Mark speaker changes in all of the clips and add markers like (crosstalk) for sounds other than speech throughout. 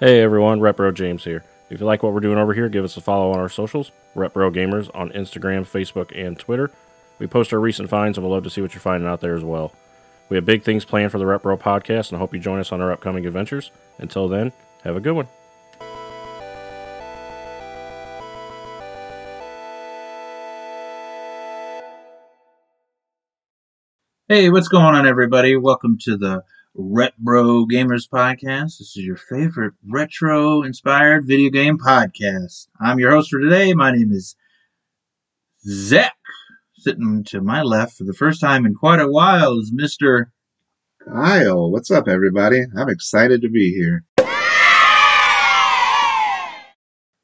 Speaker 1: Hey everyone, Repro James here. If you like what we're doing over here, give us a follow on our socials, Repro Gamers on Instagram, Facebook, and Twitter. We post our recent finds and we'd love to see what you're finding out there as well. We have big things planned for the Repro podcast and hope you join us on our upcoming adventures. Until then, have a good one.
Speaker 2: Hey, what's going on, everybody? Welcome to the Retro Gamers Podcast. This is your favorite retro inspired video game podcast. I'm your host for today. My name is Zach. Sitting to my left for the first time in quite a while is Mr.
Speaker 3: Kyle, what's up, everybody? I'm excited to be here.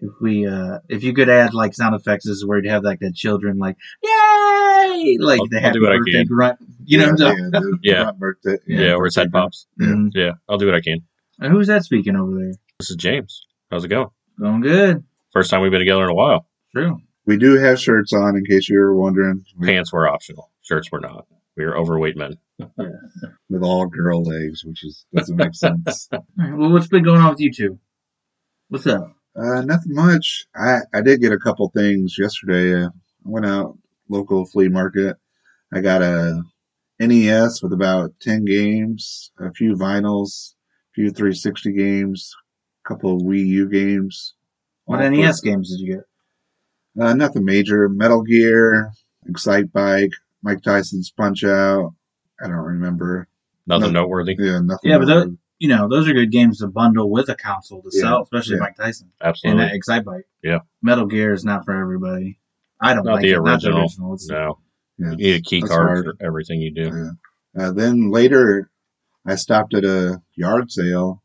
Speaker 2: If we, uh, if you could add like sound effects, this is where you'd have like the children like, yay! Like
Speaker 4: I'll-
Speaker 2: the
Speaker 4: I'll
Speaker 2: happy
Speaker 4: do what I
Speaker 2: birthday
Speaker 4: can.
Speaker 2: grunt. You know what I'm talking
Speaker 3: yeah, dude,
Speaker 4: Yeah.
Speaker 3: Rob Burke did-
Speaker 4: Yeah, or his head pops.
Speaker 2: Mhm.
Speaker 4: Yeah, I'll do what I can.
Speaker 2: And who's that speaking over there?
Speaker 4: This is James. How's it going?
Speaker 2: Going good.
Speaker 4: First time we've been together in a while.
Speaker 2: True.
Speaker 3: We do have shirts on, in case you were wondering. We-
Speaker 4: Pants were optional. Shirts were not. We were overweight men.
Speaker 3: With all girl legs, which is doesn't
Speaker 4: (laughs)
Speaker 3: make sense.
Speaker 2: All right, well, what's been going on with you two? What's up?
Speaker 3: Uh, nothing much. I I did get a couple things yesterday. Uh, I went out local flea market. I got a NES with about ten games, a few vinyls, a few 360 games, a couple of Wii U games.
Speaker 2: What
Speaker 3: All for-
Speaker 2: NES games did you get?
Speaker 3: Uh, nothing major. Metal Gear, Excite Bike, Mike Tyson's Punch Out. I don't remember.
Speaker 4: Nothing
Speaker 3: No.
Speaker 4: noteworthy.
Speaker 3: Yeah, nothing.
Speaker 2: Yeah, but
Speaker 3: major.
Speaker 2: you know, those are good games to bundle with a console to
Speaker 3: Yeah,
Speaker 2: sell, especially
Speaker 3: yeah.
Speaker 2: Mike Tyson and
Speaker 4: Absolutely.
Speaker 2: that Excite Bike.
Speaker 4: Yeah.
Speaker 2: Metal Gear is not for everybody. I don't
Speaker 4: Not
Speaker 2: like
Speaker 4: the
Speaker 2: it. Not the
Speaker 4: original.
Speaker 2: original. It's,
Speaker 4: no.
Speaker 3: Yeah,
Speaker 4: You need a key
Speaker 3: that's
Speaker 4: card
Speaker 3: hard.
Speaker 4: for everything you do. (laughs)
Speaker 3: Uh, then later, I stopped at a yard sale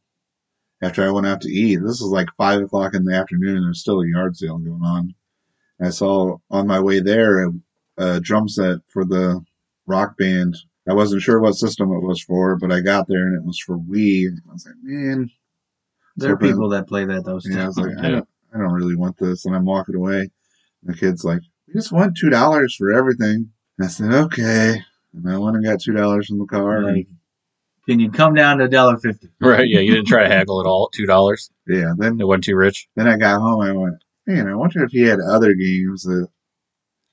Speaker 3: after I went out to eat. This was like five o'clock in the afternoon. There's still a yard sale going on. I saw on my way there a, a drum set for the rock band. I wasn't sure what system it was for, but I got there and it was for Wii. I was like, man,
Speaker 2: there are
Speaker 3: Open.
Speaker 2: people that play that though. still.
Speaker 3: Yeah, I was like, I
Speaker 4: Yeah.
Speaker 3: don't, I don't really want this, and I'm walking away. And the kid's like, "We just want two dollars for everything." And I said, "Okay," and I went and got two dollars from the car.
Speaker 2: Like, Can you come down to a dollar fifty?
Speaker 4: Right. Yeah. You didn't try to haggle at all. Two dollars.
Speaker 3: and yeah, then
Speaker 4: It wasn't too rich.
Speaker 3: then I got home. I went, "Man, I wonder if he had other games that."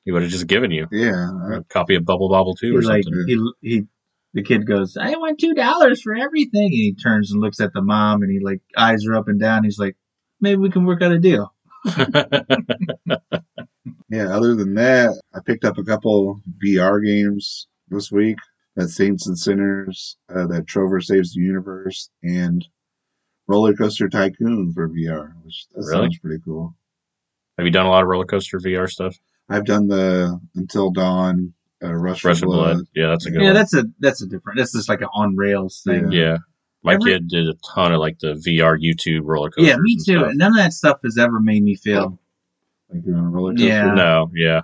Speaker 4: He would have just given you
Speaker 3: Yeah, I-
Speaker 4: a copy of Bubble Bobble Two
Speaker 2: He
Speaker 4: or
Speaker 2: like
Speaker 4: something.
Speaker 2: he he. The kid goes, I want two dollars for everything. And he turns and looks at the mom, and he like eyes her up and down. He's like, maybe we can work out a deal.
Speaker 3: yeah. Other than that, I picked up a couple VR games this week. That Saints and Sinners, uh, that Trover Saves the Universe, and Roller Coaster Tycoon for VR, which that
Speaker 4: Really?
Speaker 3: sounds pretty cool.
Speaker 4: (laughs) have you done a lot of roller coaster VR stuff?
Speaker 3: I've done the Until Dawn, uh, Rush,
Speaker 4: Rush
Speaker 3: of
Speaker 4: of
Speaker 3: Blood.
Speaker 4: Blood. Yeah, that's a good
Speaker 2: yeah,
Speaker 4: one.
Speaker 2: that's a that's a different. That's just like an on rails thing.
Speaker 4: yeah. My
Speaker 2: Every-
Speaker 4: kid did a ton of like the VR YouTube roller coasters.
Speaker 2: Yeah, me
Speaker 4: and
Speaker 2: too.
Speaker 4: stuff.
Speaker 2: And none of that stuff has ever made me feel.
Speaker 3: Like you're on a roller coaster.
Speaker 2: Yeah.
Speaker 4: No, yeah.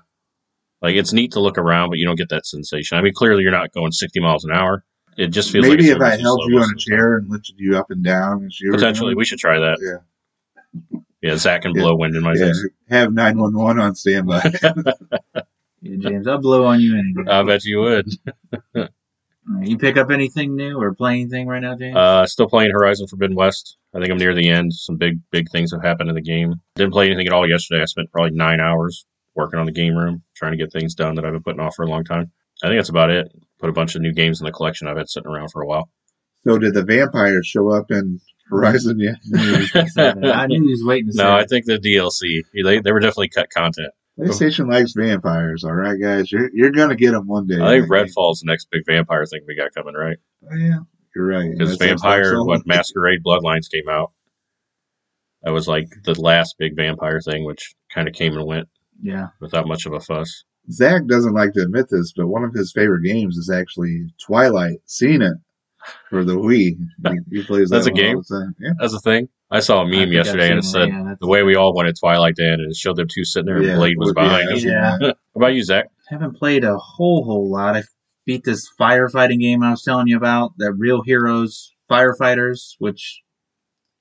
Speaker 4: Like it's neat to look around, but you don't get that sensation. I mean, clearly you're not going 60 miles an hour. It just feels
Speaker 3: Maybe
Speaker 4: like
Speaker 3: if I held you on
Speaker 4: on
Speaker 3: a chair and lifted you up and down, as you were
Speaker 4: Potentially, we should try that.
Speaker 3: doing, yeah,
Speaker 4: Yeah, Zach can
Speaker 3: Yeah.
Speaker 4: blow wind in my
Speaker 3: yeah,
Speaker 4: face.
Speaker 3: have nine one one on standby.
Speaker 4: (laughs)
Speaker 2: Yeah, James, I'll blow on you any day.
Speaker 4: I bet you would.
Speaker 2: you pick up anything new or play anything right now, James?
Speaker 4: Uh, still playing Horizon Forbidden West. I think I'm near the end. Some big, big things have happened in the game. Didn't play anything at all yesterday. I spent probably nine hours working on the game room, trying to get things done that I've been putting off for a long time. I think that's about it. Put a bunch of new games in the collection I've had sitting around for a while.
Speaker 3: so did the vampires show up in Horizon yet?
Speaker 2: I knew he was gonna say that. (laughs) I knew he was waiting to say
Speaker 4: Uh, No, I
Speaker 2: that.
Speaker 4: think the DLC. They, they were definitely cut content.
Speaker 3: PlayStation likes vampires. All right, guys, you're you're gonna get them one day.
Speaker 4: I think
Speaker 3: Like,
Speaker 4: Redfall's the next big vampire thing we got coming, right?
Speaker 3: oh, yeah, you're right.
Speaker 4: Because
Speaker 3: That's
Speaker 4: Vampire,
Speaker 3: Xbox
Speaker 4: what
Speaker 3: only.
Speaker 4: Masquerade Bloodlines came out. That was like the last big vampire thing, which kind of came and went
Speaker 2: Yeah.
Speaker 4: without much of a fuss.
Speaker 3: Zach doesn't like to admit this, but one of his favorite games is actually Twilight. Seen it for the Wii. He, he plays
Speaker 4: That's
Speaker 3: that
Speaker 4: a
Speaker 3: one
Speaker 4: game?
Speaker 3: all the time. Yeah.
Speaker 4: That's the thing. I saw a
Speaker 2: I
Speaker 4: meme
Speaker 2: think I've
Speaker 4: yesterday and it
Speaker 2: seen
Speaker 4: said
Speaker 2: yeah, that's-
Speaker 4: the way we all wanted Twilight to end, and it showed them two sitting there, and Blade was
Speaker 3: yeah,
Speaker 4: behind
Speaker 3: I've
Speaker 4: us.
Speaker 3: seen
Speaker 2: Yeah.
Speaker 3: that.
Speaker 4: What about you, Zach?
Speaker 2: haven't played a whole whole lot. I beat this firefighting game I was telling you about, that Real Heroes Firefighters, which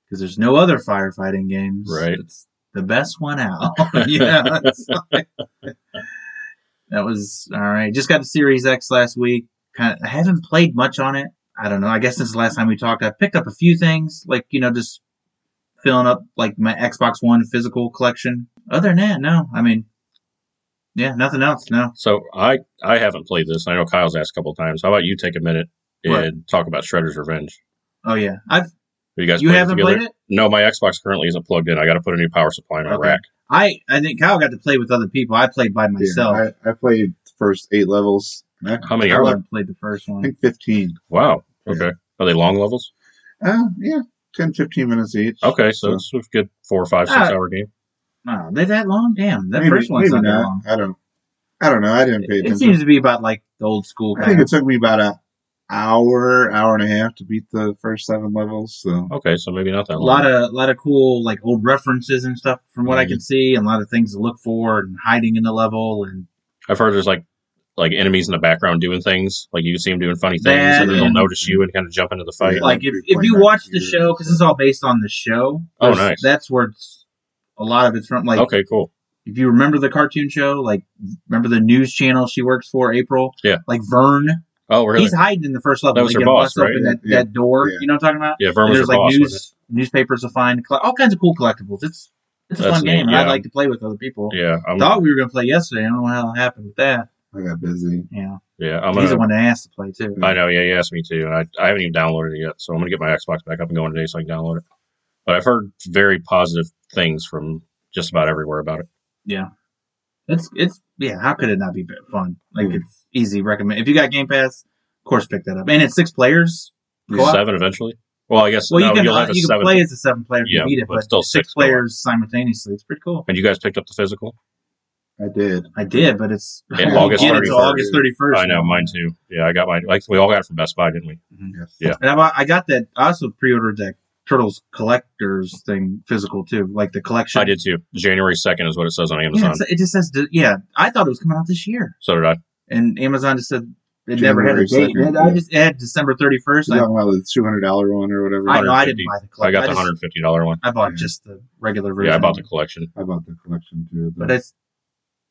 Speaker 2: because there's no other firefighting games,
Speaker 4: Right.
Speaker 2: It's the best one out. (laughs) yeah, it's like- that was all right. Just got the Series X last week. Kind of, I haven't played much on it. I don't know. I guess since the last time we talked, I picked up a few things, like you know, just filling up like my Xbox One physical collection. Other than that, no. I mean, yeah, nothing else. No.
Speaker 4: So I I haven't played this. and I know Kyle's asked a couple times. How about you take a minute and
Speaker 2: Right.
Speaker 4: talk about Shredder's Revenge?
Speaker 2: Oh yeah, I've
Speaker 4: Have you guys
Speaker 2: you
Speaker 4: played
Speaker 2: haven't
Speaker 4: it together?
Speaker 2: played it.
Speaker 4: No, my Xbox currently isn't plugged in. I got to put a new power supply in my
Speaker 2: Okay.
Speaker 4: rack.
Speaker 2: I I think Kyle got to play with other people. I played by myself. Uh-huh.
Speaker 3: Yeah, I, I played the first eight levels. and I,
Speaker 4: How many
Speaker 3: I
Speaker 4: are there?
Speaker 2: I
Speaker 3: like,
Speaker 2: haven't played the first
Speaker 3: I
Speaker 2: one.
Speaker 3: think 15.
Speaker 4: Wow.
Speaker 3: Yeah.
Speaker 4: Okay. Are they long levels?
Speaker 3: Uh, yeah, 10, 15 minutes each.
Speaker 4: Okay, so it's a good four, five, six
Speaker 2: Ah.
Speaker 4: hour game.
Speaker 2: Wow, they that long? Damn, that
Speaker 3: Maybe-
Speaker 2: first one's
Speaker 3: maybe
Speaker 2: not that long.
Speaker 3: I don't. I don't know. I didn't pay
Speaker 2: It,
Speaker 3: attention.
Speaker 2: seems to be about like the old school
Speaker 3: I think
Speaker 2: kind.
Speaker 3: it took me about an hour, hour and a half to beat the first seven levels. So
Speaker 4: Okay, so maybe not that
Speaker 2: A
Speaker 4: long.
Speaker 2: lot of lot of cool like old references and stuff from what I
Speaker 4: Mm-hmm.
Speaker 2: can see, and a lot of things to look for and hiding in the level and
Speaker 4: I've heard there's like like enemies in the background doing things. Like you can see them doing funny things,
Speaker 2: That
Speaker 4: and then they'll
Speaker 2: and-
Speaker 4: notice you and kind of jump into the fight.
Speaker 3: Yeah.
Speaker 2: like if,
Speaker 3: Like,
Speaker 2: if
Speaker 3: like
Speaker 2: you
Speaker 3: that
Speaker 2: watch the
Speaker 3: series.
Speaker 2: show because it's all based on the show.
Speaker 4: Oh,
Speaker 2: that's-
Speaker 4: nice.
Speaker 2: That's where it's a lot of it's from. Like
Speaker 4: okay, cool.
Speaker 2: if you remember the cartoon show, like remember the news channel she works for, April.
Speaker 4: Yeah.
Speaker 2: like Vern.
Speaker 4: Oh, really?
Speaker 2: He's hiding in the first level.
Speaker 4: That was
Speaker 2: They
Speaker 4: her
Speaker 2: get
Speaker 4: boss,
Speaker 2: bust up
Speaker 4: right?
Speaker 2: in that,
Speaker 3: Yeah.
Speaker 2: that door.
Speaker 3: Yeah.
Speaker 2: You know what I'm talking about?
Speaker 4: yeah, Verm was
Speaker 2: And
Speaker 4: her
Speaker 2: there's like
Speaker 4: boss. wasn't
Speaker 2: news newspapers to find, coll- all kinds of cool collectibles. It's it's a
Speaker 4: That's
Speaker 2: fun
Speaker 4: neat,
Speaker 2: game, and
Speaker 4: yeah.
Speaker 2: I'd like to play with other people.
Speaker 4: it? yeah, I'm,
Speaker 2: Thought we were gonna play yesterday. I don't know how it happened with that.
Speaker 3: I got busy.
Speaker 2: Yeah,
Speaker 4: yeah, I'm
Speaker 2: he's
Speaker 4: gonna. Uh,
Speaker 2: the one that asked to play too.
Speaker 4: I know. Yeah, you asked me to, and I, I haven't even downloaded it yet. So I'm gonna get my Xbox back up and going today, so I can download it. But I've heard very positive things from just about everywhere about it.
Speaker 2: It's it's yeah. How could it not be b- fun? Like
Speaker 3: Hmm.
Speaker 2: it's easy. Recommend if you got Game Pass, of course pick that up. And it's six players. Co-op?
Speaker 4: Seven eventually. Well, I guess
Speaker 2: Well,
Speaker 4: no,
Speaker 2: you can
Speaker 4: you'll
Speaker 2: uh,
Speaker 4: have a
Speaker 2: you can
Speaker 4: seven.
Speaker 2: play as a seven player if
Speaker 4: Yeah,
Speaker 2: you beat it,
Speaker 4: but
Speaker 2: but
Speaker 4: still
Speaker 2: six
Speaker 4: six co-op.
Speaker 2: players simultaneously. It's pretty cool.
Speaker 4: and you guys picked up the physical.
Speaker 3: I did.
Speaker 2: I did, but it's
Speaker 4: Yeah,
Speaker 2: you
Speaker 4: August
Speaker 2: (laughs) get it till
Speaker 4: 31st.
Speaker 2: August thirty first.
Speaker 4: I know mine too. Yeah, I got mine. Like we all got it from Best Buy, didn't we?
Speaker 3: Yes.
Speaker 4: Yeah.
Speaker 2: And I, bought- I got that. I also pre-ordered that Turtles collectors thing physical too, like the collection.
Speaker 4: I did too. January second is what it says on
Speaker 2: Yeah,
Speaker 4: Amazon.
Speaker 2: it's- it just says. Yeah, I thought it was coming out this year,
Speaker 4: so did I.
Speaker 2: and Amazon just said it never had a
Speaker 3: January
Speaker 2: date. And I just it had December thirty first.
Speaker 3: You
Speaker 2: I,
Speaker 3: talking about the two hundred dollar one or whatever?
Speaker 2: I know I
Speaker 4: 150.
Speaker 2: didn't buy the
Speaker 4: I
Speaker 2: collection.
Speaker 4: got the
Speaker 2: just-
Speaker 4: hundred fifty dollar one.
Speaker 2: I bought
Speaker 3: Yeah.
Speaker 2: just the regular version.
Speaker 4: Yeah, I bought the collection.
Speaker 3: I bought the collection too.
Speaker 2: but I s-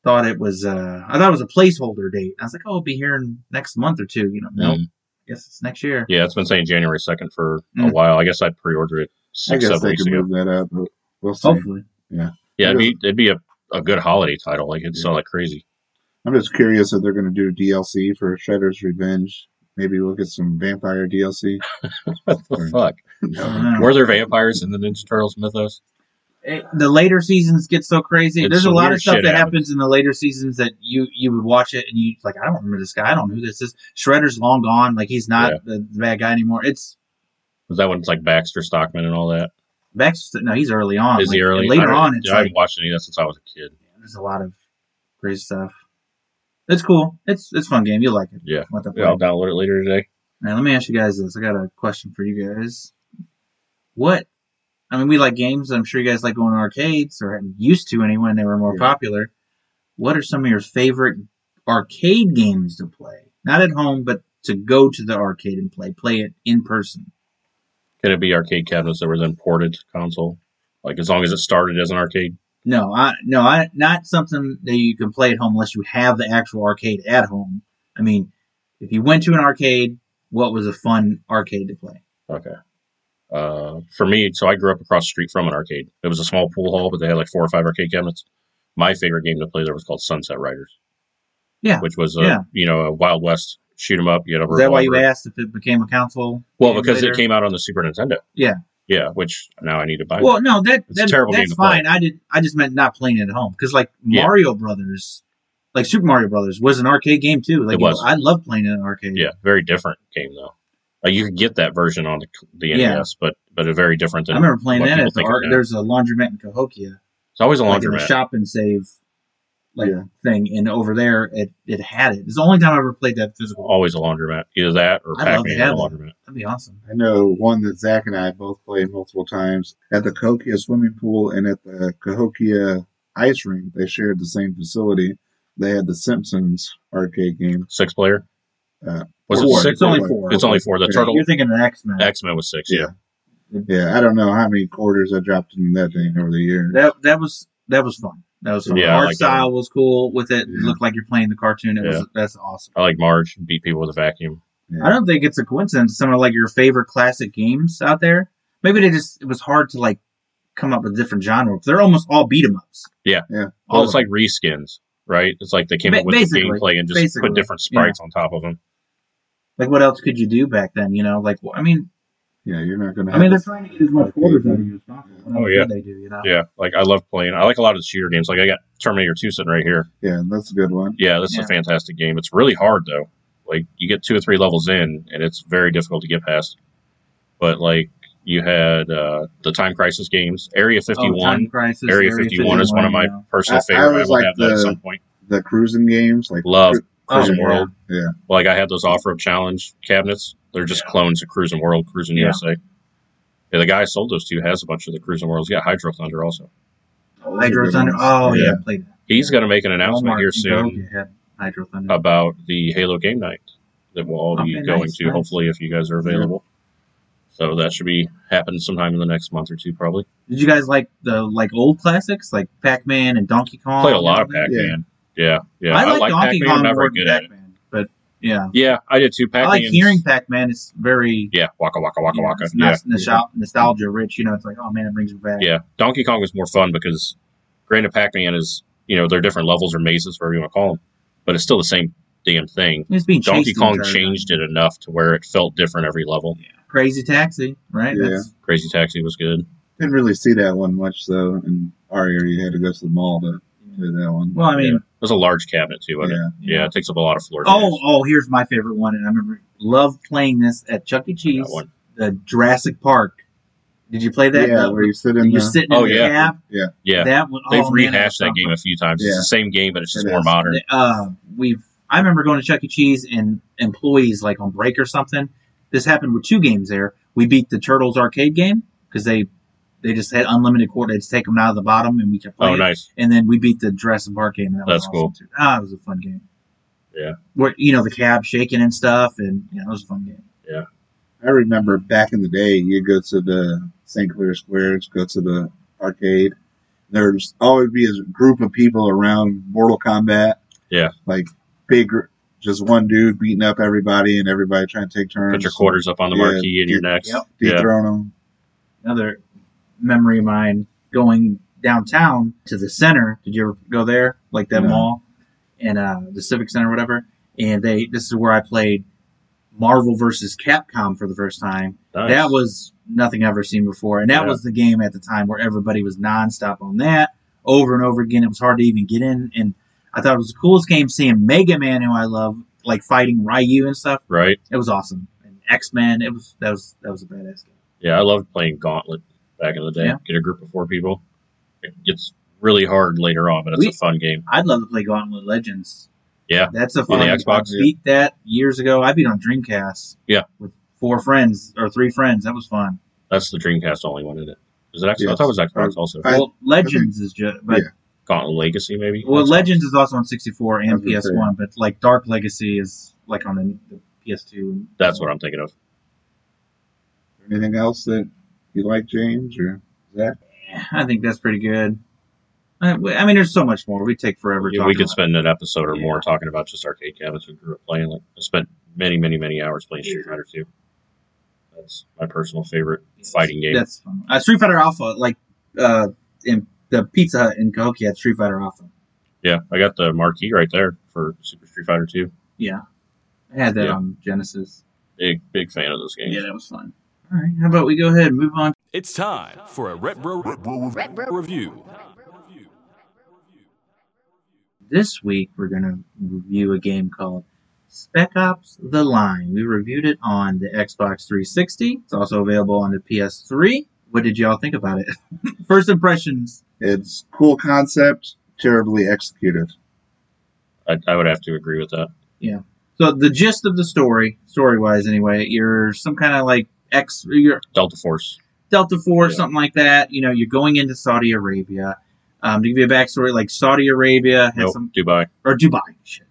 Speaker 2: thought it was. Uh, I thought it was a placeholder date. I was like, oh, it'll be here in next month or two. You know, no,
Speaker 4: Mm.
Speaker 2: guess it's next year.
Speaker 4: Yeah, it's been saying January second for a
Speaker 2: Mm.
Speaker 4: while. I guess I pre-ordered it
Speaker 3: I
Speaker 4: six,
Speaker 3: guess
Speaker 4: seven
Speaker 3: they
Speaker 4: weeks
Speaker 3: can
Speaker 4: ago.
Speaker 3: move that up. But we'll see.
Speaker 2: Hopefully,
Speaker 4: Yeah, it'd be, it'd be a, a good holiday title. Like it'd sell like crazy. (laughs)
Speaker 3: I'm just curious if they're going to do DLC for Shredder's Revenge. Maybe we'll get some vampire DLC.
Speaker 4: What the
Speaker 3: Right.
Speaker 4: fuck?
Speaker 2: I don't know.
Speaker 4: Were there vampires in the Ninja Turtles mythos?
Speaker 2: it, the later seasons get so crazy.
Speaker 4: It's
Speaker 2: There's a
Speaker 4: some
Speaker 2: lot
Speaker 4: weird
Speaker 2: of stuff
Speaker 4: shit
Speaker 2: that happens.
Speaker 4: happens.
Speaker 2: in the later seasons that you you would watch it and you like I don't remember this guy. I don't know who this is. Shredder's long gone. Like he's not
Speaker 4: Yeah.
Speaker 2: the, the bad guy anymore. It's
Speaker 4: Was that when it's like Baxter Stockman and all that?
Speaker 2: Baxter. No, he's early on.
Speaker 4: Is he
Speaker 2: Like,
Speaker 4: early? I
Speaker 2: Oh, Later
Speaker 4: don't-
Speaker 2: on, it's
Speaker 4: I
Speaker 2: like
Speaker 4: haven't watched any of that since I was a kid.
Speaker 2: there's a lot of crazy stuff. It's cool. It's it's a fun game. You'll like it.
Speaker 4: Yeah.
Speaker 2: What the
Speaker 4: Yeah,
Speaker 2: fuck?
Speaker 4: I'll download it later today.
Speaker 2: Now, let me ask you guys this. I got a question for you guys. What? I mean, we like games. I'm sure you guys like going to arcades, or used to anyway, when they were more
Speaker 3: Yeah.
Speaker 2: popular. What are some of your favorite arcade games to play? Not at home, but to go to the arcade and play, play it in person.
Speaker 4: Can it be arcade cabinets that were then ported to console? Like as long as it started as an arcade.
Speaker 2: No, I no, I not something that you can play at home unless you have the actual arcade at home. I mean, if you went to an arcade, what was a fun arcade to play?
Speaker 4: Okay. Uh, for me, so I grew up across the street from an arcade. It was a small pool hall, but they had like four or five arcade cabinets. My favorite game to play there was called Sunset Riders.
Speaker 2: Yeah.
Speaker 4: Which was a
Speaker 2: Yeah.
Speaker 4: you know a Wild West shoot 'em up. You had a
Speaker 2: Is that why you
Speaker 4: revolver.
Speaker 2: asked if it became a console?
Speaker 4: Well,
Speaker 2: game
Speaker 4: because
Speaker 2: later?
Speaker 4: it came out on the Super Nintendo.
Speaker 2: Yeah.
Speaker 4: Yeah, which now I need to buy.
Speaker 2: Well, no, that,
Speaker 4: It's a
Speaker 2: that-
Speaker 4: terrible game
Speaker 2: that's
Speaker 4: to play.
Speaker 2: fine. I did. I just meant not playing it at home because like
Speaker 4: Yeah.
Speaker 2: Mario Brothers, like Super Mario Brothers was an arcade game too. Like
Speaker 4: It
Speaker 2: you know,
Speaker 4: was.
Speaker 2: I love playing in an arcade.
Speaker 4: yeah, very different game though. Like you could get that version on the, the
Speaker 2: Yeah.
Speaker 4: NES, but but a very different
Speaker 2: I
Speaker 4: than
Speaker 2: remember playing
Speaker 4: what
Speaker 2: that
Speaker 4: people
Speaker 2: at the
Speaker 4: think of
Speaker 2: ar-
Speaker 4: now.
Speaker 2: there's a laundromat in Cahokia,
Speaker 4: It's always a
Speaker 2: like in the
Speaker 4: laundromat.
Speaker 2: shop and save like
Speaker 3: Yeah.
Speaker 2: thing, and over there it it had it. It's the only time I ever played that physical.
Speaker 4: always a laundromat. Either that or
Speaker 2: I'd
Speaker 4: Pac-Man
Speaker 2: love to
Speaker 4: in a
Speaker 2: have
Speaker 4: laundromat.
Speaker 2: That'd be awesome.
Speaker 3: I know one that Zach and I both played multiple times at the Cahokia swimming pool and at the Cahokia ice rink. They shared the same facility. They had the Simpsons arcade game.
Speaker 4: Six player.
Speaker 3: Uh,
Speaker 4: was
Speaker 2: four.
Speaker 4: it six?
Speaker 2: It's only four.
Speaker 4: It's only four. The
Speaker 3: Yeah.
Speaker 4: turtle
Speaker 2: You're thinking of X Men.
Speaker 4: X Men was six. Yeah.
Speaker 3: Yeah, I don't know how many quarters I dropped in that thing over the years.
Speaker 2: That that was that was fun. That was fun.
Speaker 4: Yeah, I
Speaker 2: Art
Speaker 4: like that
Speaker 2: style was cool with it. It
Speaker 3: Yeah.
Speaker 2: looked like you're playing the cartoon. It
Speaker 4: Yeah.
Speaker 2: was that's awesome.
Speaker 4: I like Marge and beat people with a vacuum.
Speaker 2: I don't think it's a coincidence. Some of like your favorite classic games out there. Maybe they just it was hard to like come up with different genre. They're almost all beat 'em ups.
Speaker 4: Well,
Speaker 2: All
Speaker 4: it's
Speaker 2: of
Speaker 4: like reskins, right? It's like they came
Speaker 2: Ba-
Speaker 4: up with the
Speaker 2: basically,
Speaker 4: gameplay and just
Speaker 2: basically,
Speaker 4: put different sprites on top of them.
Speaker 2: Like, what else could you do back then? You know, like, wh- I mean,
Speaker 3: Yeah, you're not gonna.
Speaker 2: I mean, they're trying to get as much
Speaker 3: Okay.
Speaker 2: orders out of you as possible. What
Speaker 4: Oh,
Speaker 2: else
Speaker 4: yeah.
Speaker 2: can they do, you know?
Speaker 4: Yeah, like I love playing. I like a lot of the shooter games. Like I got Terminator 2 sitting right here.
Speaker 3: yeah, that's a good one.
Speaker 4: Yeah, this is
Speaker 2: Yeah.
Speaker 4: a fantastic game. It's really hard though. Like you get two or three levels in, and it's very difficult to get past. But like you had uh, the Time Crisis games, Area
Speaker 2: Oh,
Speaker 4: 51.
Speaker 2: Time Crisis,
Speaker 4: Area 51 is one of my
Speaker 2: you know.
Speaker 4: personal
Speaker 3: I- I
Speaker 4: favorite. I,
Speaker 3: was
Speaker 4: will
Speaker 3: like
Speaker 4: have that
Speaker 3: the-
Speaker 4: at some point.
Speaker 3: The cruising games, like
Speaker 4: Love Cruise
Speaker 2: Oh,
Speaker 4: and
Speaker 2: yeah.
Speaker 4: World.
Speaker 3: Yeah.
Speaker 4: Like I had those off-road challenge cabinets. They're just
Speaker 2: Yeah.
Speaker 4: clones of Cruise and World, Cruise and
Speaker 2: Yeah.
Speaker 4: USA. Yeah, the guy who sold those two has a bunch of the Cruise and Worlds. He got Hydro Thunder also.
Speaker 2: Hydro Thunder. Oh, yeah,
Speaker 3: Yeah.
Speaker 2: I played that.
Speaker 4: He's going to make an announcement
Speaker 2: Walmart
Speaker 4: here
Speaker 2: and Go,
Speaker 4: soon Oh.
Speaker 2: you had Hydro Thunder.
Speaker 4: about the Halo game night that we'll all be
Speaker 2: Okay,
Speaker 4: going
Speaker 2: nice,
Speaker 4: to,
Speaker 2: nice.
Speaker 4: hopefully, if you guys are available. So that should be happening sometime in the next month or two, probably.
Speaker 2: Did you guys like the like old classics like Pac Man and Donkey Kong?
Speaker 4: Played a lot of
Speaker 2: and all
Speaker 4: Pac Man. Yeah. yeah,
Speaker 2: that? Oh, I like Donkey
Speaker 4: Pac-Man,
Speaker 2: Kong
Speaker 4: I'm not very
Speaker 2: more than
Speaker 4: good at
Speaker 2: Pac
Speaker 4: it.
Speaker 2: Man, but yeah,
Speaker 4: Yeah, I did too. Pac
Speaker 2: I like hearing Pac Man. It's very
Speaker 4: Yeah, Waka Waka Waka
Speaker 2: you know,
Speaker 4: Waka.
Speaker 2: it's
Speaker 4: Yeah,
Speaker 2: nos- nostal- nostalgia rich. You know, it's like oh man, it brings me back.
Speaker 4: yeah. Donkey Kong was more fun because granted, Pac Man is, you know, they're different levels or mazes, whatever you want to call them, but it's still the same damn thing.
Speaker 2: It's being
Speaker 4: Donkey
Speaker 2: chased the
Speaker 4: Kong
Speaker 2: entire
Speaker 4: changed
Speaker 2: time.
Speaker 4: it enough to where it felt different every level.
Speaker 2: uh, Crazy Taxi, right?
Speaker 3: Yeah.
Speaker 2: That's-
Speaker 4: Crazy Taxi was good.
Speaker 3: didn't really see that one much though. In our area, you had to go to the mall to do that one.
Speaker 2: Well, I mean,
Speaker 4: It was a large cabinet too, wasn't
Speaker 3: yeah,
Speaker 4: it? Yeah, it takes up a lot of floor space.
Speaker 2: Oh, oh, here's my favorite one, and I remember love playing this at Chuck E.
Speaker 4: That
Speaker 2: Cheese,
Speaker 4: one.
Speaker 2: the Jurassic Park. Did you play that?
Speaker 3: yeah,
Speaker 2: The-
Speaker 3: where you sit in
Speaker 2: you're
Speaker 3: the
Speaker 2: sitting
Speaker 4: Oh,
Speaker 2: in the
Speaker 4: yeah.
Speaker 2: cab.
Speaker 4: Yeah.
Speaker 2: That one.
Speaker 4: They've
Speaker 2: oh, man,
Speaker 4: rehashed
Speaker 2: was
Speaker 4: that game a few times. It's
Speaker 3: Yeah.
Speaker 4: the same game, but it's just
Speaker 3: It
Speaker 4: more
Speaker 3: is.
Speaker 4: modern.
Speaker 2: Uh, we've. I remember going to Chuck E. Cheese and employees like on break or something. This happened with two games there. We beat the Turtles arcade game because they they just had unlimited quarter. They'd just take them out of the bottom and we could play.
Speaker 4: Oh,
Speaker 2: it.
Speaker 4: nice.
Speaker 2: And then we beat the Jurassic Park game. and That was
Speaker 4: That's
Speaker 2: awesome
Speaker 4: cool.
Speaker 2: Too. Ah, it was a fun game.
Speaker 4: Yeah.
Speaker 2: Where you know the cab shaking and stuff, and you know, it was a fun game.
Speaker 3: I remember back in the day, you go to the St. Clair Squares, go to the arcade. There's always be a group of people around Mortal Kombat.
Speaker 4: Yeah.
Speaker 3: Like big, just one dude beating up everybody and everybody trying to take turns.
Speaker 4: Put your quarters up on the
Speaker 3: Yeah.
Speaker 4: marquee and your next.
Speaker 2: Yep.
Speaker 4: Yeah.
Speaker 3: Dethrone them.
Speaker 2: another memory of mine going downtown to the center. Did you ever go there? Like that
Speaker 3: No.
Speaker 2: mall and uh, the Civic Center, or whatever. And they this is where I played Marvel versus Capcom for the first time.
Speaker 4: Nice.
Speaker 2: That was nothing I've ever seen before, and that
Speaker 4: Yeah.
Speaker 2: was the game at the time where everybody was nonstop on that over and over again. It was hard to even get in, and I thought it was the coolest game seeing Mega Man, who I love, like fighting Ryu and stuff.
Speaker 4: right.
Speaker 2: It was awesome. And X Men, it was that was that was a badass game.
Speaker 4: Yeah, I loved playing Gauntlet back in the day.
Speaker 2: Yeah.
Speaker 4: Get a group of four people. It gets really hard later on, but it's
Speaker 2: We-
Speaker 4: a fun game.
Speaker 2: I'd love to play Gauntlet Legends.
Speaker 4: Yeah.
Speaker 2: that's a
Speaker 4: On
Speaker 2: fun
Speaker 4: the Xbox,
Speaker 2: I beat that years ago. I beat on Dreamcast.
Speaker 4: Yeah.
Speaker 2: with four friends or three friends. That was fun.
Speaker 4: That's the Dreamcast only one, isn't it? Is it Xbox? I
Speaker 3: Yes.
Speaker 4: thought it was Xbox also.
Speaker 3: I-
Speaker 2: well, Legends is just, but
Speaker 3: yeah.
Speaker 4: Gauntlet Legacy, maybe.
Speaker 2: well,
Speaker 4: Xbox.
Speaker 2: Legends is also on 64
Speaker 3: I
Speaker 2: and
Speaker 3: was gonna say.
Speaker 2: PS1. But like Dark Legacy is like on the, the PS2. And
Speaker 4: That's what I'm thinking of.
Speaker 3: Anything else that you like, James? Or that?
Speaker 2: I think that's pretty good. I, I mean, there's so much more. We take forever.
Speaker 4: Yeah,
Speaker 2: talking
Speaker 4: we could
Speaker 2: about
Speaker 4: spend an episode or
Speaker 2: Yeah.
Speaker 4: more talking about just arcade cabinets we grew up playing. Like, I spent many, many, many hours playing Street Fighter 2. That's my personal favorite
Speaker 2: it.
Speaker 4: fighting game.
Speaker 2: That's fun. Uh, Street Fighter Alpha, like uh, in the Pizza Hut in Cahokia had Street Fighter Alpha.
Speaker 4: Yeah, I got the marquee right there for Super Street Fighter 2.
Speaker 2: Yeah, I had that
Speaker 4: Yeah.
Speaker 2: on Genesis.
Speaker 4: Big, big fan of those games.
Speaker 2: Yeah, that was fun. All right, how about we go ahead and move on?
Speaker 5: It's time for a retro, review.
Speaker 2: This week we're going to review a game called Spec Ops: The Line. We reviewed it on the Xbox 360. It's also available on the PS3. What did y'all think about it? (laughs) First impressions.
Speaker 3: It's cool concept, terribly executed.
Speaker 4: I, I would have to agree with that.
Speaker 2: So the gist of the story, story-wise anyway, you're some kind of like ex, you're
Speaker 4: Delta Force.
Speaker 2: Delta Force,
Speaker 4: Yeah.
Speaker 2: something like that. You know, you're going into Saudi Arabia. Um, to give you a backstory, like Saudi Arabia has
Speaker 4: Nope,
Speaker 2: some
Speaker 4: Dubai.
Speaker 2: or Dubai. Shit.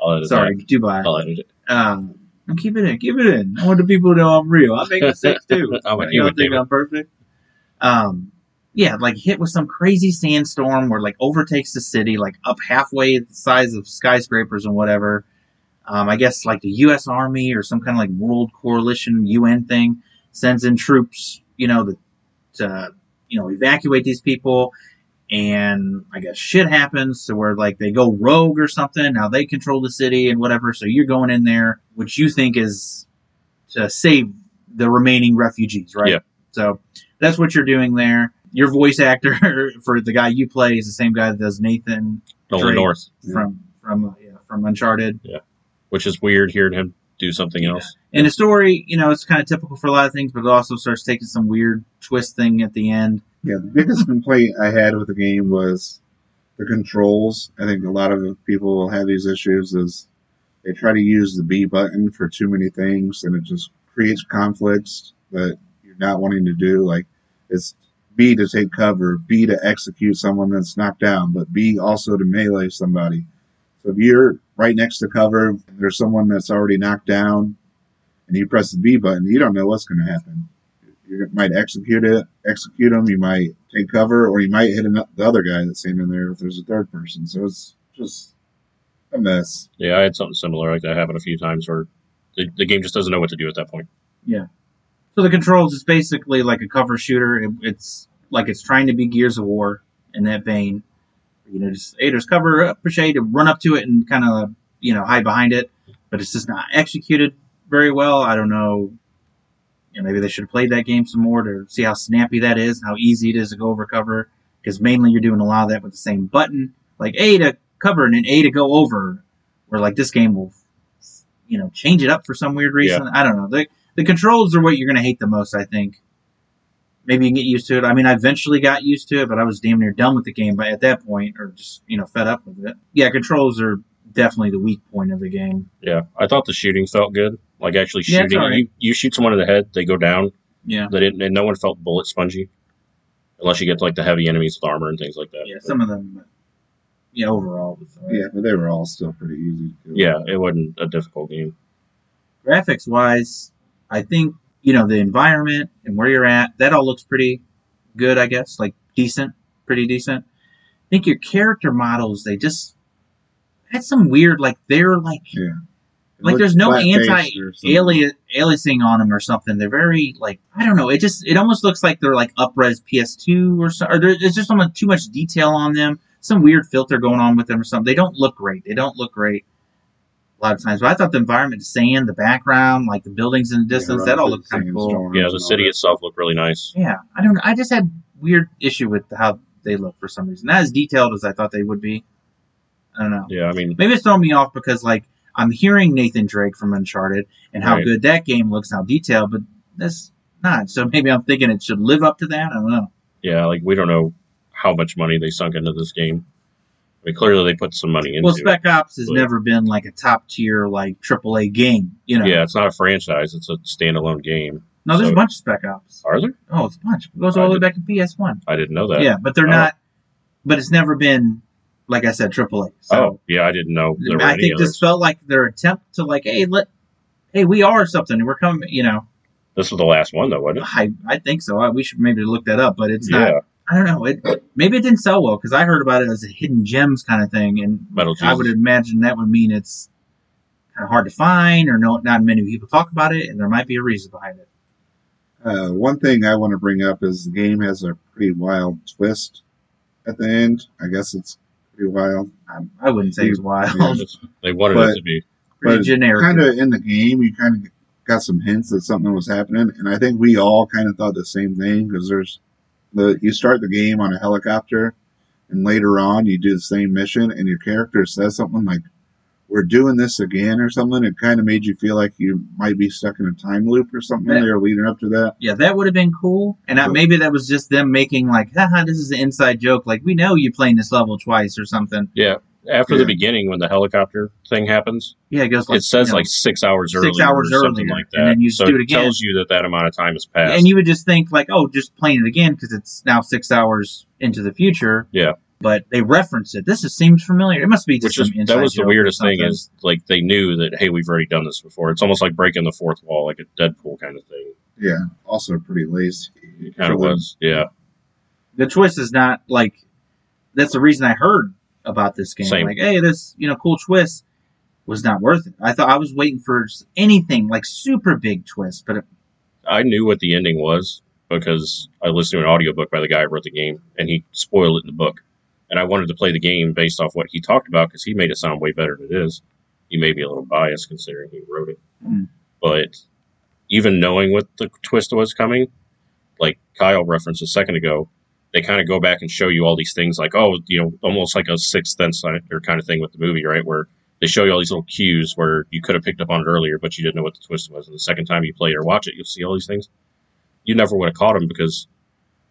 Speaker 4: I'll edit
Speaker 2: Sorry, Dubai.
Speaker 4: that. I'll edit it.
Speaker 2: Um, I'm keeping it. Keep it in. I want the people to know I'm real. I make (laughs) mistakes too.
Speaker 4: I'm a
Speaker 2: you
Speaker 4: human,
Speaker 2: don't think
Speaker 4: David.
Speaker 2: I'm perfect. Um, yeah, like hit with some crazy sandstorm where like overtakes the city, like up halfway the size of skyscrapers and whatever. Um, I guess like the U.S. Army or some kind of like world coalition UN thing sends in troops, you know, to, to you know, evacuate these people. And I guess shit happens to where like they go rogue or something. Now they control the city and whatever. So you're going in there, which you think is to save the remaining refugees, right?
Speaker 4: Yeah.
Speaker 2: So that's what you're doing there. Your voice actor (laughs) for the guy you play is the same guy that does Nathan
Speaker 4: Nolan
Speaker 2: Drake.
Speaker 4: Oh, North,
Speaker 2: from from uh, yeah, from Uncharted.
Speaker 4: which is weird hearing him do something
Speaker 2: Yeah.
Speaker 4: else.
Speaker 2: And the story, you know, it's kind of typical for a lot of things, but it also starts taking some weird twist thing at the end.
Speaker 3: Yeah, the biggest complaint I had with the game was the controls. I think a lot of people have these issues is they try to use the B button for too many things and it just creates conflicts that you're not wanting to do. Like it's B to take cover, B to execute someone that's knocked down, but B also to melee somebody. So if you're right next to cover, there's someone that's already knocked down and you press the B button, you don't know what's going to happen you might execute it, execute them. You might take cover, or you might hit ano- the other guy that's standing there if there's a third person. So it's just a mess.
Speaker 4: Yeah, I had something similar like that happen a few times where the, the game just doesn't know what to do at that point.
Speaker 2: So the controls is basically like a cover shooter. It, it's like it's trying to be Gears of War in that vein. You know, just hey, there's cover, uh, push A to run up to it and kind of you know hide behind it, but it's just not executed very well. I don't know. You know, maybe they should have played that game some more to see how snappy that is, and how easy it is to go over cover. Because mainly you're doing a lot of that with the same button, like A to cover and then A to go over. Where like this game will, you know, change it up for some weird reason. I don't know. They, the controls are what you're going to hate the most, I think. Maybe you can get used to it. I mean, I eventually got used to it, but I was damn near done with the game by at that point, or just you know fed up with it. Yeah, controls are definitely the weak point of the game.
Speaker 4: Yeah, I thought the shooting felt good. Like actually
Speaker 2: Yeah, it's
Speaker 4: shooting,
Speaker 2: alright.
Speaker 4: you, you shoot someone in the head, they go down.
Speaker 2: Yeah,
Speaker 4: They didn't, and no one felt bullet spongy, unless you get like the heavy enemies with armor and things like that.
Speaker 2: yeah, some of them. Yeah, overall, it was all right.
Speaker 3: Yeah, but they were all still pretty easy. To
Speaker 4: yeah, it wasn't a difficult game.
Speaker 2: graphics wise, I think you know the environment and where you're at. That all looks pretty good, I guess. Like decent, pretty decent. I think your character models they just had some weird like they're like
Speaker 3: Yeah. It
Speaker 2: like
Speaker 3: looked
Speaker 2: there's no
Speaker 3: flat-faced
Speaker 2: anti
Speaker 3: or something.
Speaker 2: alias aliasing on them or something. They're very like I don't know. It just it almost looks like they're like upres PS2 or so. Or there, it's just some too much detail on them. Some weird filter going on with them or something. They don't look great. They don't look great. A lot of times, but I thought the environment, the sand, the background, like the buildings in the
Speaker 3: Yeah,
Speaker 2: distance,
Speaker 3: right,
Speaker 2: that all
Speaker 3: the
Speaker 2: looked kind of
Speaker 3: same
Speaker 2: cool.
Speaker 3: storms
Speaker 4: Yeah,
Speaker 3: and
Speaker 4: the
Speaker 3: all
Speaker 4: city
Speaker 3: that.
Speaker 4: itself looked really nice.
Speaker 2: Yeah, I don't. know. I just had weird issue with how they look for some reason. Not as detailed as I thought they would be. I don't know.
Speaker 4: Yeah, I mean,
Speaker 2: Maybe it's throwing me off because like I'm hearing Nathan Drake from Uncharted and how
Speaker 4: Right.
Speaker 2: good that game looks, how detailed, but that's not. So maybe I'm thinking it should live up to that. I don't know.
Speaker 4: yeah, like we don't know how much money they sunk into this game. I mean, clearly they put some money into
Speaker 2: well, Spec Ops has
Speaker 4: but-
Speaker 2: never been like a top tier like AAA game. You
Speaker 4: it.
Speaker 2: know.
Speaker 4: Yeah, it's not a franchise; it's a standalone game.
Speaker 2: No, there's
Speaker 4: so-
Speaker 2: a bunch of Spec Ops.
Speaker 4: Are there?
Speaker 2: Oh, it's a bunch. It goes all the way
Speaker 4: I
Speaker 2: back to PS One.
Speaker 4: I didn't know that.
Speaker 2: Yeah, but they're
Speaker 4: Oh.
Speaker 2: not. But it's never been like I said AAA. So.
Speaker 4: oh, yeah, I didn't know there were
Speaker 2: I
Speaker 4: any
Speaker 2: think
Speaker 4: others.
Speaker 2: this felt like their attempt to like, hey, let, hey, we are something. and We're coming, you know.
Speaker 4: This was the last one, though, wasn't it?
Speaker 2: I, I think so. I, we should maybe look that up, but (laughs) it's
Speaker 4: yeah,
Speaker 2: not. I don't know. It maybe it didn't sell well because I heard about it as a hidden gems kind of thing, and
Speaker 4: Metal
Speaker 2: I would
Speaker 4: Jesus.
Speaker 2: imagine that would mean it's kind of hard to find, or no, not many people talk about it, and there might be a reason behind it.
Speaker 3: Uh, one thing I want to bring up is the game has a pretty wild twist at the end. I guess it's pretty wild.
Speaker 2: I, I wouldn't say it's wild.
Speaker 3: Yeah.
Speaker 4: It's- they wanted
Speaker 3: But-
Speaker 4: it to be.
Speaker 2: (laughs) Pretty
Speaker 3: But
Speaker 2: generic.
Speaker 3: Kind of in the game, you kind of got some hints that something was happening, and I think we all kind of thought the same thing because there's the you start the game on a helicopter, and later on you do the same mission, and your character says something like, "We're doing this again" or something. It kind of made you feel like you might be stuck in a time loop or something
Speaker 2: Yeah.
Speaker 3: there leading up to that.
Speaker 2: yeah, that would have been cool, and I,
Speaker 3: But-
Speaker 2: maybe that was just them making like, (laughs) haha, this is an inside joke. Like we know you playing this level twice or something.
Speaker 4: Yeah. After
Speaker 3: Yeah.
Speaker 4: the beginning, when the helicopter thing happens,
Speaker 2: Yeah, it goes. Like,
Speaker 4: it says
Speaker 2: you know,
Speaker 4: like six hours
Speaker 2: six
Speaker 4: earlier,
Speaker 2: hours
Speaker 4: or something
Speaker 2: earlier,
Speaker 4: like that.
Speaker 2: and then you
Speaker 4: so
Speaker 2: do it again.
Speaker 4: tells you that that amount of time has passed.
Speaker 2: And you would just think like, oh, just playing it again because it's now six hours into the future.
Speaker 4: Yeah.
Speaker 2: But they reference it. This is, seems familiar. It must be just
Speaker 4: which
Speaker 2: some
Speaker 4: is
Speaker 2: inside
Speaker 4: that was the
Speaker 2: joke or
Speaker 4: weirdest thing
Speaker 2: something.
Speaker 4: is like they knew that hey we've already done this before. It's almost like breaking the fourth wall, like a Deadpool kind of thing.
Speaker 3: Yeah, also pretty lazy.
Speaker 4: It kind of was, yeah.
Speaker 2: the twist is not like that's the reason I heard about this game.
Speaker 4: Same.
Speaker 2: Like, hey, this you know cool twist was not worth it. I thought I was waiting for s- anything like super big twist, but it,
Speaker 4: I knew what the ending was, because I listened to an audiobook by the guy who wrote the game, and he spoiled it in the book. And I wanted to play the game based off what he talked about because he made it sound way better than it is. He may be a little biased considering he wrote it.
Speaker 2: Mm.
Speaker 4: But even knowing what the twist was coming, like Kyle referenced a second ago, they kind of go back and show you all these things, like, oh, you know, almost like a sixth sense or kind of thing with the movie, right? Where they show you all these little cues where you could have picked up on it earlier, but you didn't know what the twist was. And the second time you play it or watch it, you'll see all these things. You never would have caught them because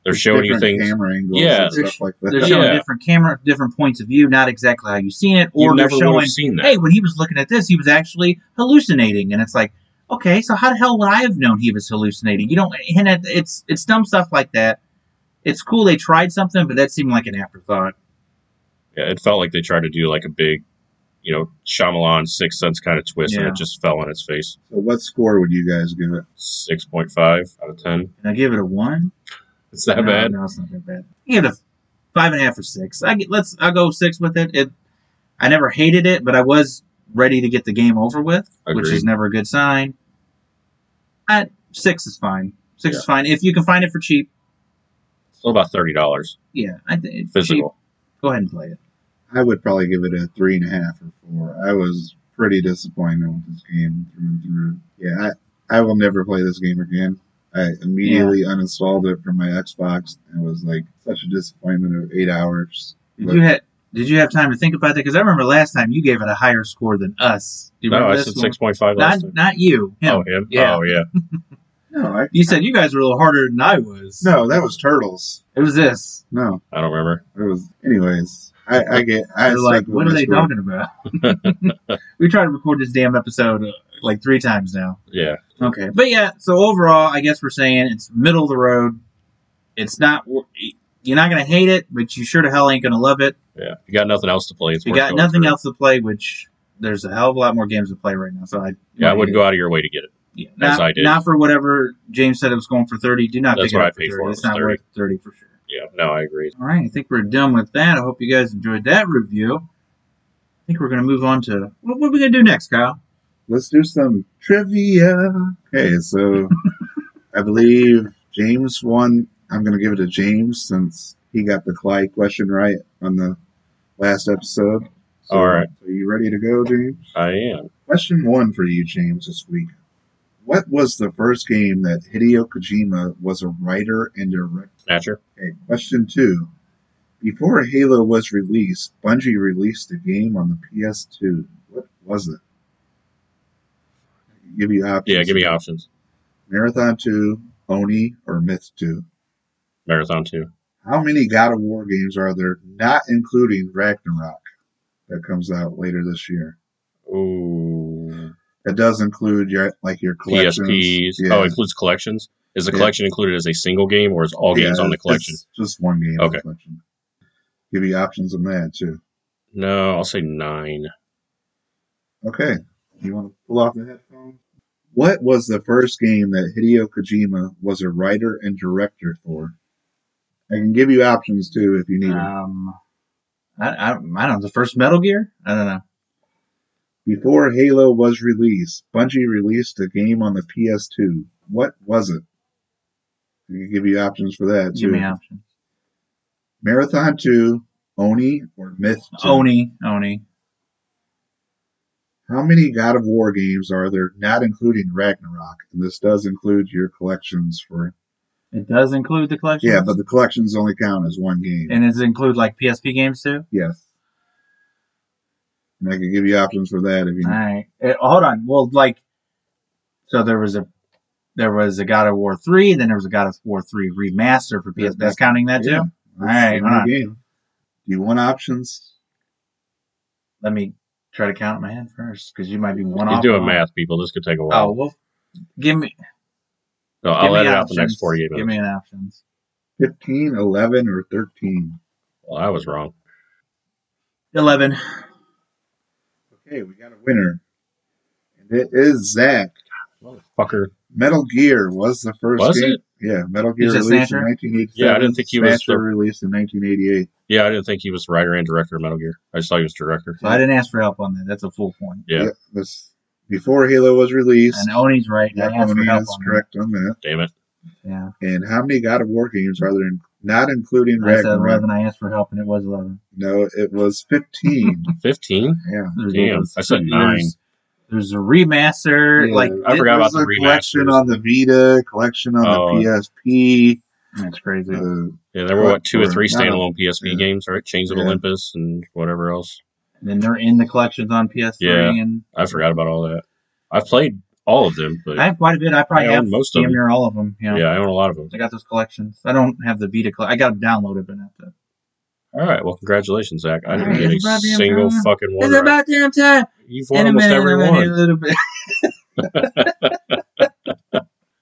Speaker 4: they're showing you
Speaker 3: Different
Speaker 4: things.
Speaker 3: camera angles
Speaker 4: Yeah.
Speaker 3: and stuff like
Speaker 4: (laughs)
Speaker 2: They're
Speaker 3: that.
Speaker 2: showing
Speaker 4: Yeah.
Speaker 2: different camera, different points of view, not exactly how you've seen it,
Speaker 4: you
Speaker 2: or they're
Speaker 4: never would
Speaker 2: showing,
Speaker 4: have seen that.
Speaker 2: hey, when he was looking at this, he was actually hallucinating, and it's like, okay, so how the hell would I have known he was hallucinating? You don't, and it, it's it's dumb stuff like that. It's cool they tried something, but that seemed like an afterthought.
Speaker 4: Yeah, it felt like they tried to do like a big, you know, Shyamalan Sixth Sense kind of twist, and
Speaker 2: Yeah.
Speaker 4: it just fell on its face.
Speaker 3: So what score would you guys give it?
Speaker 4: Six point five out of ten.
Speaker 2: Can I give it a one?
Speaker 4: It's that
Speaker 2: no,
Speaker 4: bad.
Speaker 2: No, it's not that bad. I give it a five and a half or six. I get, let's I'll go six with it. It I never hated it, but I was ready to get the game over with, which
Speaker 4: Agreed.
Speaker 2: is never a good sign. I, six is fine. Six
Speaker 4: Yeah.
Speaker 2: is fine if you can find it for cheap.
Speaker 4: Still about thirty dollars
Speaker 2: Yeah, I think cheap.
Speaker 4: physical.
Speaker 2: Go ahead and play it.
Speaker 3: I would probably give it a three and a half or four. I was pretty disappointed with this game through and through. Yeah, I, I will never play this game again. I immediately uninstalled it from my Xbox. It was like such a disappointment of eight hours.
Speaker 2: Did
Speaker 3: But
Speaker 2: you had Did you have time to think about that? Because I remember last time you gave it a higher score than us. Do you
Speaker 4: No,
Speaker 2: remember
Speaker 4: I
Speaker 2: this
Speaker 4: said
Speaker 2: one?
Speaker 4: six point five
Speaker 2: Not
Speaker 4: last time.
Speaker 2: not you. Him.
Speaker 4: Oh him.
Speaker 2: Yeah.
Speaker 4: Oh yeah.
Speaker 3: no, I,
Speaker 2: You said you guys were a little harder than I was.
Speaker 3: no, that was Turtles.
Speaker 2: it was this.
Speaker 3: No,
Speaker 4: I don't remember.
Speaker 3: it was. Anyways, I, I get. I
Speaker 2: They're like,
Speaker 3: stuck with
Speaker 2: what
Speaker 3: my
Speaker 2: are they
Speaker 3: score.
Speaker 2: talking about? (laughs) we tried to record this damn episode uh, like three times now.
Speaker 4: Yeah.
Speaker 2: Okay, but yeah. So overall, I guess we're saying it's middle of the road. It's not. wor- You're not gonna hate it, but you sure to hell ain't gonna love it.
Speaker 4: Yeah. If you got nothing else to play, it's
Speaker 2: You
Speaker 4: worth
Speaker 2: got
Speaker 4: going
Speaker 2: nothing
Speaker 4: through.
Speaker 2: else to play, which there's a hell of a lot more games to play right now. So I
Speaker 4: Yeah, I wouldn't go out of your way to get it.
Speaker 2: Yeah,
Speaker 4: As
Speaker 2: not,
Speaker 4: I did.
Speaker 2: not for whatever James said it was going for thirty. Do not
Speaker 4: That's
Speaker 2: pick it
Speaker 4: what
Speaker 2: up
Speaker 4: I paid
Speaker 2: for
Speaker 4: for it
Speaker 2: thirty. It's
Speaker 4: was
Speaker 2: not
Speaker 4: 30.
Speaker 2: worth thirty for sure.
Speaker 4: Yeah. No, I agree.
Speaker 2: All right, I think we're done with that. I hope you guys enjoyed that review. I think we're gonna move on to what, what are we gonna do next, Kyle?
Speaker 3: Let's do some trivia. Okay, so I believe James won. I'm going to give it to James since he got the Clyde question right on the last episode. So,
Speaker 4: All right.
Speaker 3: Are you ready to go, James?
Speaker 4: I am.
Speaker 3: Question one for you, James, this week. What was the first game that Hideo Kojima was a writer and director?
Speaker 4: Snatcher.
Speaker 3: Okay, question two. Before Halo was released, Bungie released a game on the PS2. What was it? Give you options.
Speaker 4: Yeah. Give me options.
Speaker 3: Marathon 2, Oni, or Myth 2.
Speaker 4: Marathon two.
Speaker 3: How many God of War games are there, not including Ragnarok, that comes out later this year?
Speaker 4: Ooh.
Speaker 3: It does include your like your collections.
Speaker 4: PSPs.
Speaker 3: Yeah.
Speaker 4: Oh, it includes collections. Is the
Speaker 3: Yeah.
Speaker 4: collection included as a single game, or is all
Speaker 3: Yeah,
Speaker 4: games on the
Speaker 3: it's
Speaker 4: collection?
Speaker 3: Just one game. in the
Speaker 4: Okay.
Speaker 3: Collection. Give you options on that too.
Speaker 4: No, I'll say nine.
Speaker 3: Okay. You want to pull off the headphones? What was the first game that Hideo Kojima was a writer and director for? I can give you options too if you need them.
Speaker 2: Um, I, I, I don't know. The first Metal Gear? I don't know.
Speaker 3: Before Halo was released, Bungie released a game on the PS2. What was it? I can give you options for that too.
Speaker 2: Give me options.
Speaker 3: Marathon 2, Oni, or Myth 2.
Speaker 2: Oni, Oni.
Speaker 3: How many God of War games are there, not including Ragnarok? And this does include your collections for.
Speaker 2: It does include the collection.
Speaker 3: Yeah, but the collections only count as one game.
Speaker 2: and does it include like PSP games too?
Speaker 3: Yes. And I could give you options for that if you
Speaker 2: All right. Uh, hold on. Well, like, so there was a there was a God of War three, then there was a God of War three remaster for PS. That's counting that too.
Speaker 3: Yeah.
Speaker 2: All right. Hold
Speaker 3: That's
Speaker 2: on.
Speaker 3: the game. Do you want options?
Speaker 2: Let me try to count in my head first because you might be one
Speaker 4: You're
Speaker 2: off.
Speaker 4: doing
Speaker 2: one
Speaker 4: math, people. This could take a
Speaker 2: off.
Speaker 4: while.
Speaker 2: Oh well. Give me.
Speaker 4: no,
Speaker 2: give
Speaker 4: I'll
Speaker 2: me
Speaker 4: edit out the
Speaker 2: options.
Speaker 4: next 48
Speaker 2: Give
Speaker 4: minutes.
Speaker 2: me an options.
Speaker 3: 15, 11, or 13?
Speaker 4: Well, I was wrong.
Speaker 2: Eleven.
Speaker 3: Okay, we got a winner. And it is Zach.
Speaker 4: Fucker.
Speaker 3: Metal Gear was the first
Speaker 4: Was
Speaker 3: game.
Speaker 4: it?
Speaker 3: Yeah, Metal Gear
Speaker 2: Is it
Speaker 3: released
Speaker 2: Snatcher?
Speaker 3: in 1987.
Speaker 4: Yeah, I didn't think he was
Speaker 3: Snatcher
Speaker 4: the-
Speaker 3: released in 1988.
Speaker 4: Yeah, I didn't think he was the writer and director of Metal Gear. I just thought he was director.
Speaker 2: So I didn't ask for help on that. That's a full point.
Speaker 4: Yeah.
Speaker 3: this, before Halo was released.
Speaker 2: And Oni's right. I
Speaker 3: Yeah,
Speaker 2: asked for
Speaker 3: Oni
Speaker 2: help
Speaker 3: is
Speaker 2: on that.
Speaker 3: correct on that.
Speaker 4: Damn it.
Speaker 2: Yeah.
Speaker 3: And how many God of War games are there, in, not including
Speaker 2: I said
Speaker 3: Ragnarok?
Speaker 2: 11. I asked for help, and it was 11.
Speaker 3: No, it was
Speaker 2: (laughs)
Speaker 3: 15.
Speaker 4: 15?
Speaker 3: yeah.
Speaker 2: There's
Speaker 4: Damn,
Speaker 2: there's-
Speaker 4: I said
Speaker 2: there's-
Speaker 4: nine.
Speaker 2: There's a remaster.
Speaker 3: Yeah,
Speaker 2: Like,
Speaker 4: I
Speaker 3: it
Speaker 4: forgot
Speaker 3: was
Speaker 4: about the
Speaker 3: a collection
Speaker 4: remasters.
Speaker 3: on the Vita, collection on
Speaker 4: Oh.
Speaker 3: the PSP.
Speaker 2: that's crazy.
Speaker 3: Uh,
Speaker 4: Yeah, there were what,
Speaker 3: What
Speaker 4: two or
Speaker 3: were-
Speaker 4: three
Speaker 3: no, no.
Speaker 4: standalone PSP
Speaker 3: Yeah.
Speaker 4: games, right? Chains of
Speaker 3: Yeah.
Speaker 4: Olympus and whatever else.
Speaker 2: and they're in the collections on PS3.
Speaker 4: Yeah.
Speaker 2: And
Speaker 4: I forgot about all that. I've played all of them, but
Speaker 2: I have quite a bit. I probably
Speaker 4: I own
Speaker 2: have
Speaker 4: most of
Speaker 2: damn
Speaker 4: them.
Speaker 2: near all of them. You know?
Speaker 4: yeah, I own a lot of them.
Speaker 2: I got those collections. I don't have the Vita. Coll- I got them downloaded, but not the.
Speaker 4: All right, well, congratulations, Zach. I didn't
Speaker 2: Alright,
Speaker 4: get a
Speaker 2: it's about damn
Speaker 4: single
Speaker 2: time.
Speaker 4: fucking one. right.
Speaker 2: damn time.
Speaker 4: You've won almost every
Speaker 2: I'm gonna need
Speaker 4: one.
Speaker 2: a little bit. (laughs)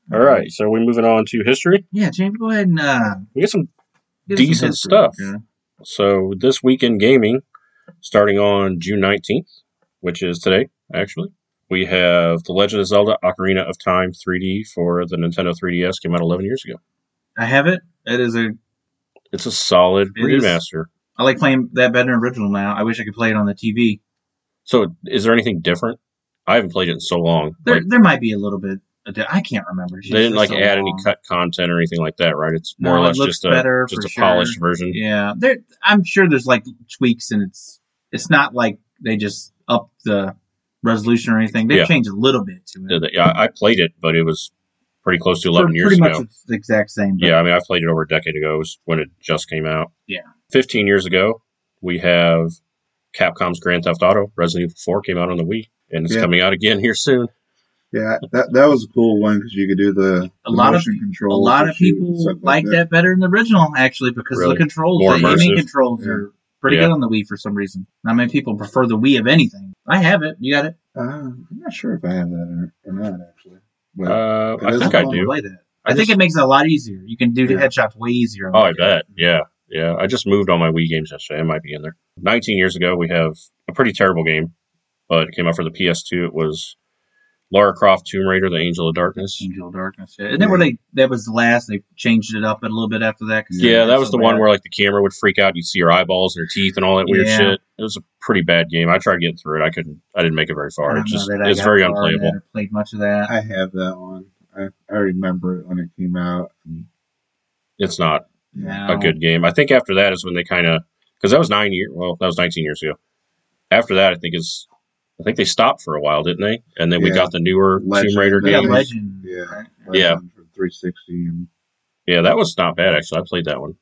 Speaker 4: All right, so we're moving on to history.
Speaker 2: Yeah, James, go ahead and uh,
Speaker 4: We get some
Speaker 2: give us some
Speaker 4: Decent
Speaker 2: history.
Speaker 4: stuff.
Speaker 2: Yeah.
Speaker 4: So this weekend gaming, starting on June nineteenth, which is today actually, we have The Legend of Zelda: Ocarina of Time 3D for the Nintendo 3DS. Came out eleven years ago.
Speaker 2: I have it. It is a.
Speaker 4: It's a solid
Speaker 2: It is.
Speaker 4: remaster.
Speaker 2: I like playing that better than original now. I wish I could play it on the TV.
Speaker 4: So is there anything different? I haven't played it in so long.
Speaker 2: There,
Speaker 4: Like,
Speaker 2: there might be a little bit. of di- I can't remember. It's
Speaker 4: they didn't
Speaker 2: just
Speaker 4: like
Speaker 2: so
Speaker 4: add any
Speaker 2: long.
Speaker 4: cut content or anything like that, right? It's more
Speaker 2: No,
Speaker 4: or
Speaker 2: it
Speaker 4: less
Speaker 2: looks
Speaker 4: just a
Speaker 2: better
Speaker 4: just
Speaker 2: for
Speaker 4: a polished
Speaker 2: sure.
Speaker 4: version.
Speaker 2: Yeah, there. I'm sure there's like tweaks, and it's it's not like they just up the resolution or anything. They
Speaker 4: Yeah.
Speaker 2: have changed a little bit to it.
Speaker 4: Yeah, they- I I played it, but it was pretty close to
Speaker 2: So
Speaker 4: eleven years
Speaker 2: pretty
Speaker 4: ago.
Speaker 2: much it's the exact same. but
Speaker 4: Yeah, I mean, I played it over a decade ago. It was when it just came out.
Speaker 2: Yeah.
Speaker 4: 15 years ago, we have Capcom's Grand Theft Auto. Resident Evil 4 came out on the Wii, and it's
Speaker 3: Yeah.
Speaker 4: coming out again here soon.
Speaker 3: yeah, that that was a cool one because you could do the,
Speaker 2: A
Speaker 3: the
Speaker 2: lot of-
Speaker 3: motion
Speaker 2: A
Speaker 3: control.
Speaker 2: lot of people like that better than the original, actually, because
Speaker 4: Really?
Speaker 2: the controls,
Speaker 4: More
Speaker 2: the aiming
Speaker 4: immersive?
Speaker 2: controls
Speaker 3: Yeah.
Speaker 2: are pretty
Speaker 4: Yeah.
Speaker 2: good on the Wii for some reason. Not many people prefer the Wii of anything. I have it. You got it?
Speaker 3: Uh, I'm not sure if I have that or, or not actually. But
Speaker 4: Uh, I
Speaker 3: is
Speaker 4: think
Speaker 3: a
Speaker 4: I
Speaker 3: fun
Speaker 2: wanna
Speaker 4: do.
Speaker 2: Play that.
Speaker 4: I
Speaker 2: I, think
Speaker 4: just-
Speaker 2: it makes it a lot easier. You can do the
Speaker 3: Yeah.
Speaker 2: headshots way easier. on
Speaker 4: Oh, I
Speaker 2: that.
Speaker 4: bet. Yeah. Yeah. I just moved all my Wii games yesterday. It might be in there. 19 years ago, we have a pretty terrible game, but it came out for the PS2. It was Lara Croft Tomb Raider, The Angel of Darkness.
Speaker 2: Angel of Darkness. Yeah. And then where they that was the last. They changed it up a little bit after that. 'cause it
Speaker 4: Yeah,
Speaker 2: got
Speaker 4: that was
Speaker 2: so
Speaker 4: the one
Speaker 2: bad.
Speaker 4: where like the camera would freak out. You'd see her eyeballs and her teeth and all that weird
Speaker 2: Yeah.
Speaker 4: shit. It was a pretty bad game. I tried getting through it. I couldn't. I didn't make it very
Speaker 2: I
Speaker 4: far. It
Speaker 2: don't
Speaker 4: just
Speaker 2: know that I
Speaker 4: it's
Speaker 2: got
Speaker 4: very
Speaker 2: far in that
Speaker 4: unplayable.
Speaker 2: or Played much of that.
Speaker 3: I have that one. I, I remember it when it came out.
Speaker 4: It's not
Speaker 2: No.
Speaker 4: a good game. I think after that is when they kind of because that was nine year. Well, that was nineteen years ago. After that, I think is I think they stopped for a while, didn't they? And then we
Speaker 3: Yeah.
Speaker 4: got the newer
Speaker 3: Legend.
Speaker 4: Tomb Raider
Speaker 2: We got
Speaker 4: game.
Speaker 3: Yeah.
Speaker 2: Legend.
Speaker 3: Yeah.
Speaker 2: right?
Speaker 4: Yeah.
Speaker 3: For 360 and
Speaker 4: Yeah, that was not bad actually. I played that one.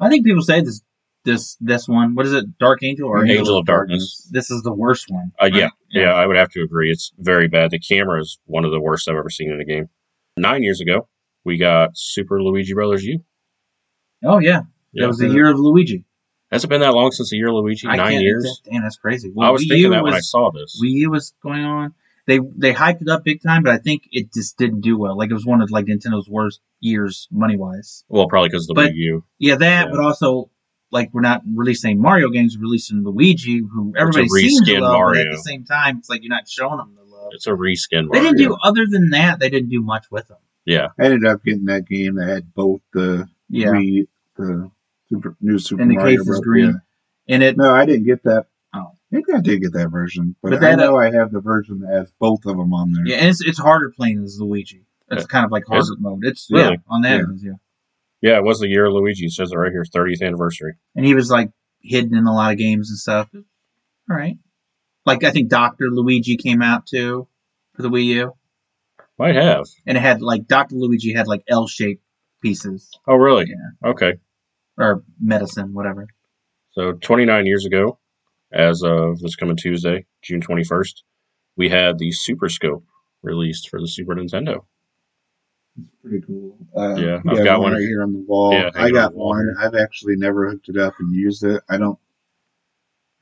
Speaker 2: I think people say this this this one. What is it? Dark Angel or
Speaker 4: Angel of Darkness.
Speaker 2: This is the worst one.
Speaker 4: Uh, yeah, yeah, I would have to agree. It's very bad. The camera is one of the worst I've ever seen in a game. Nine years ago, we got Super Luigi Brothers U.
Speaker 2: Oh yeah.
Speaker 4: Yeah.
Speaker 2: That was the year of Luigi.
Speaker 4: Has it been that long since the year of Luigi?
Speaker 2: I
Speaker 4: Nine
Speaker 2: can't
Speaker 4: years.
Speaker 2: exact- Damn, that's crazy.
Speaker 4: I was
Speaker 2: Wii
Speaker 4: thinking
Speaker 2: U
Speaker 4: that when I
Speaker 2: was-
Speaker 4: saw this.
Speaker 2: Wii U was going on. They they hyped it up big time, but I think it just didn't do well. Like it was one of like Nintendo's worst years money wise.
Speaker 4: well, probably because of the
Speaker 2: But-
Speaker 4: Wii U.
Speaker 2: Yeah, that,
Speaker 4: Yeah.
Speaker 2: but also like we're not releasing Mario games, we're releasing Luigi, who everybody seems to
Speaker 4: reskin
Speaker 2: love, but
Speaker 4: Mario.
Speaker 2: at the same time, it's like you're not showing them the love.
Speaker 4: It's a reskin.
Speaker 2: They didn't
Speaker 4: Mario.
Speaker 2: do other than that. They didn't do much with them.
Speaker 4: Yeah,
Speaker 3: I ended up getting that game that had both the
Speaker 2: Yeah,
Speaker 3: Wii, the super, new Super
Speaker 2: And the
Speaker 3: Mario
Speaker 2: case is
Speaker 3: Bros.
Speaker 2: green.
Speaker 3: Yeah.
Speaker 2: and it
Speaker 3: No, I didn't get that.
Speaker 2: Oh.
Speaker 3: Maybe I did get that version, but,
Speaker 2: But that,
Speaker 3: I know I have the version that has both of them on there.
Speaker 2: yeah, and it's it's harder playing as Luigi. It's kind of like harder
Speaker 4: Is
Speaker 2: mode. It's
Speaker 4: Really?
Speaker 2: yeah on that
Speaker 3: Yeah.
Speaker 2: end, yeah.
Speaker 4: yeah. It was the year of Luigi. It says it right here, 30th anniversary.
Speaker 2: and he was like hidden in a lot of games and stuff. All right, like I think Doctor Luigi came out too for the Wii U,
Speaker 4: Might have.
Speaker 2: and it had like Doctor Luigi had like L-shaped pieces
Speaker 4: Oh, really?
Speaker 2: Yeah.
Speaker 4: Okay.
Speaker 2: or medicine, whatever.
Speaker 4: So 29 years ago, as of this coming Tuesday, June 21st, we had the Super Scope released for the Super Nintendo.
Speaker 3: Pretty cool. Uh,
Speaker 4: Yeah,
Speaker 3: you
Speaker 4: I've
Speaker 3: have
Speaker 4: got one.
Speaker 3: right here on the wall.
Speaker 4: Yeah, hanging
Speaker 3: I
Speaker 4: on
Speaker 3: got
Speaker 4: the wall
Speaker 3: one.
Speaker 4: here.
Speaker 3: I've actually never hooked it up and used it. I don't.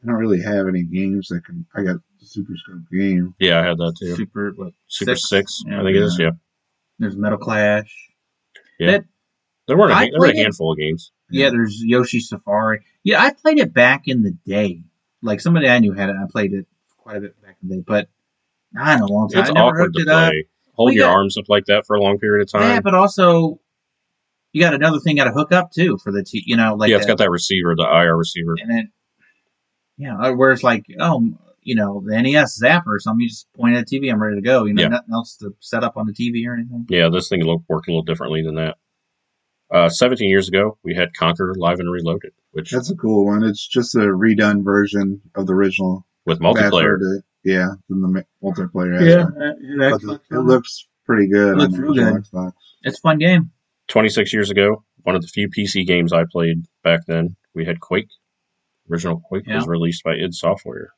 Speaker 3: I don't really have any games that can. I got the Super Scope game.
Speaker 4: Yeah, I had that too. Super,
Speaker 2: Super, what,
Speaker 4: Six,
Speaker 2: Yeah,
Speaker 4: I think it is. Yeah.
Speaker 2: There's Metal Clash.
Speaker 4: Yeah.
Speaker 2: That-
Speaker 4: There weren't. A,
Speaker 2: I
Speaker 4: han- there were a
Speaker 2: played it-
Speaker 4: handful of games.
Speaker 2: yeah, there's Yoshi Safari. Yeah, I played it back in the day. Like somebody I knew had it. and I played it quite a bit back in the day, but not in a long time.
Speaker 4: It's
Speaker 2: I never
Speaker 4: awkward
Speaker 2: hooked
Speaker 4: to
Speaker 2: it up.
Speaker 4: play. Hold
Speaker 2: We
Speaker 4: your
Speaker 2: got-
Speaker 4: arms up like that for a long period of
Speaker 2: Yeah,
Speaker 4: time.
Speaker 2: but also you got another thing got to hook up too for the t- you know like
Speaker 4: yeah, it's got
Speaker 2: that-
Speaker 4: that receiver, the IR receiver.
Speaker 2: and then yeah, uh, where it's like, oh, you know, the NES Zapper or something. You just point at the TV, I'm ready to go. You know,
Speaker 4: Yeah.
Speaker 2: nothing else to set up on the TV or anything.
Speaker 4: Yeah, this thing lo- worked a little differently than that. Uh, 17 years ago, we had Conquer Live and Reloaded, which
Speaker 3: That's a cool one. It's just a redone version of the original.
Speaker 4: with multiplayer,
Speaker 3: That's where the- yeah, from the ma- multiplayer. aspect.
Speaker 2: Yeah,
Speaker 3: But it, it looks pretty good.
Speaker 2: It looks
Speaker 3: on the
Speaker 2: real
Speaker 3: original
Speaker 2: good.
Speaker 3: Xbox.
Speaker 2: it's a fun game.
Speaker 4: 26 years ago, one of the few PC games I played back then, we had Quake. Original Quake was released by id Software.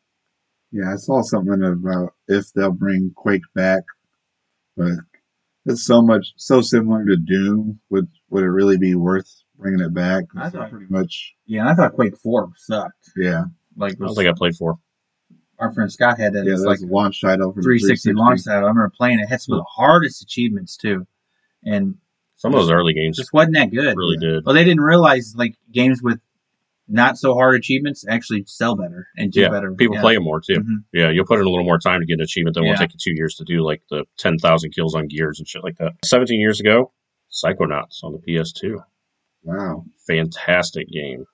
Speaker 3: Yeah, I saw something about if they'll bring Quake back, but it's so much so similar to Doom. Would would it really be worth bringing it back?
Speaker 2: I thought-
Speaker 3: pretty much.
Speaker 2: Yeah, and I thought Quake Four sucked.
Speaker 3: Yeah,
Speaker 2: Like
Speaker 4: I don't
Speaker 2: was,
Speaker 4: think I played for.
Speaker 2: our friend Scott had that.
Speaker 3: yeah.
Speaker 2: it's
Speaker 3: That's
Speaker 2: like
Speaker 3: a launch title from
Speaker 2: 360, launch title. I remember playing it. Had some of the hardest achievements too, and
Speaker 4: Some of those early games
Speaker 2: just wasn't that good.
Speaker 4: really did.
Speaker 2: Well, they didn't realize like games with not so hard achievements actually sell better and do
Speaker 4: Yeah,
Speaker 2: better.
Speaker 4: People
Speaker 2: Yeah.
Speaker 4: play it more too.
Speaker 2: Mhm.
Speaker 4: Yeah, you'll put in a little more time to get an achievement that won't
Speaker 2: Yeah.
Speaker 4: take you two years to do, like the 10,000 kills on gears and shit like that. 17 years ago, Psychonauts on the PS2.
Speaker 3: Wow.
Speaker 4: Fantastic game.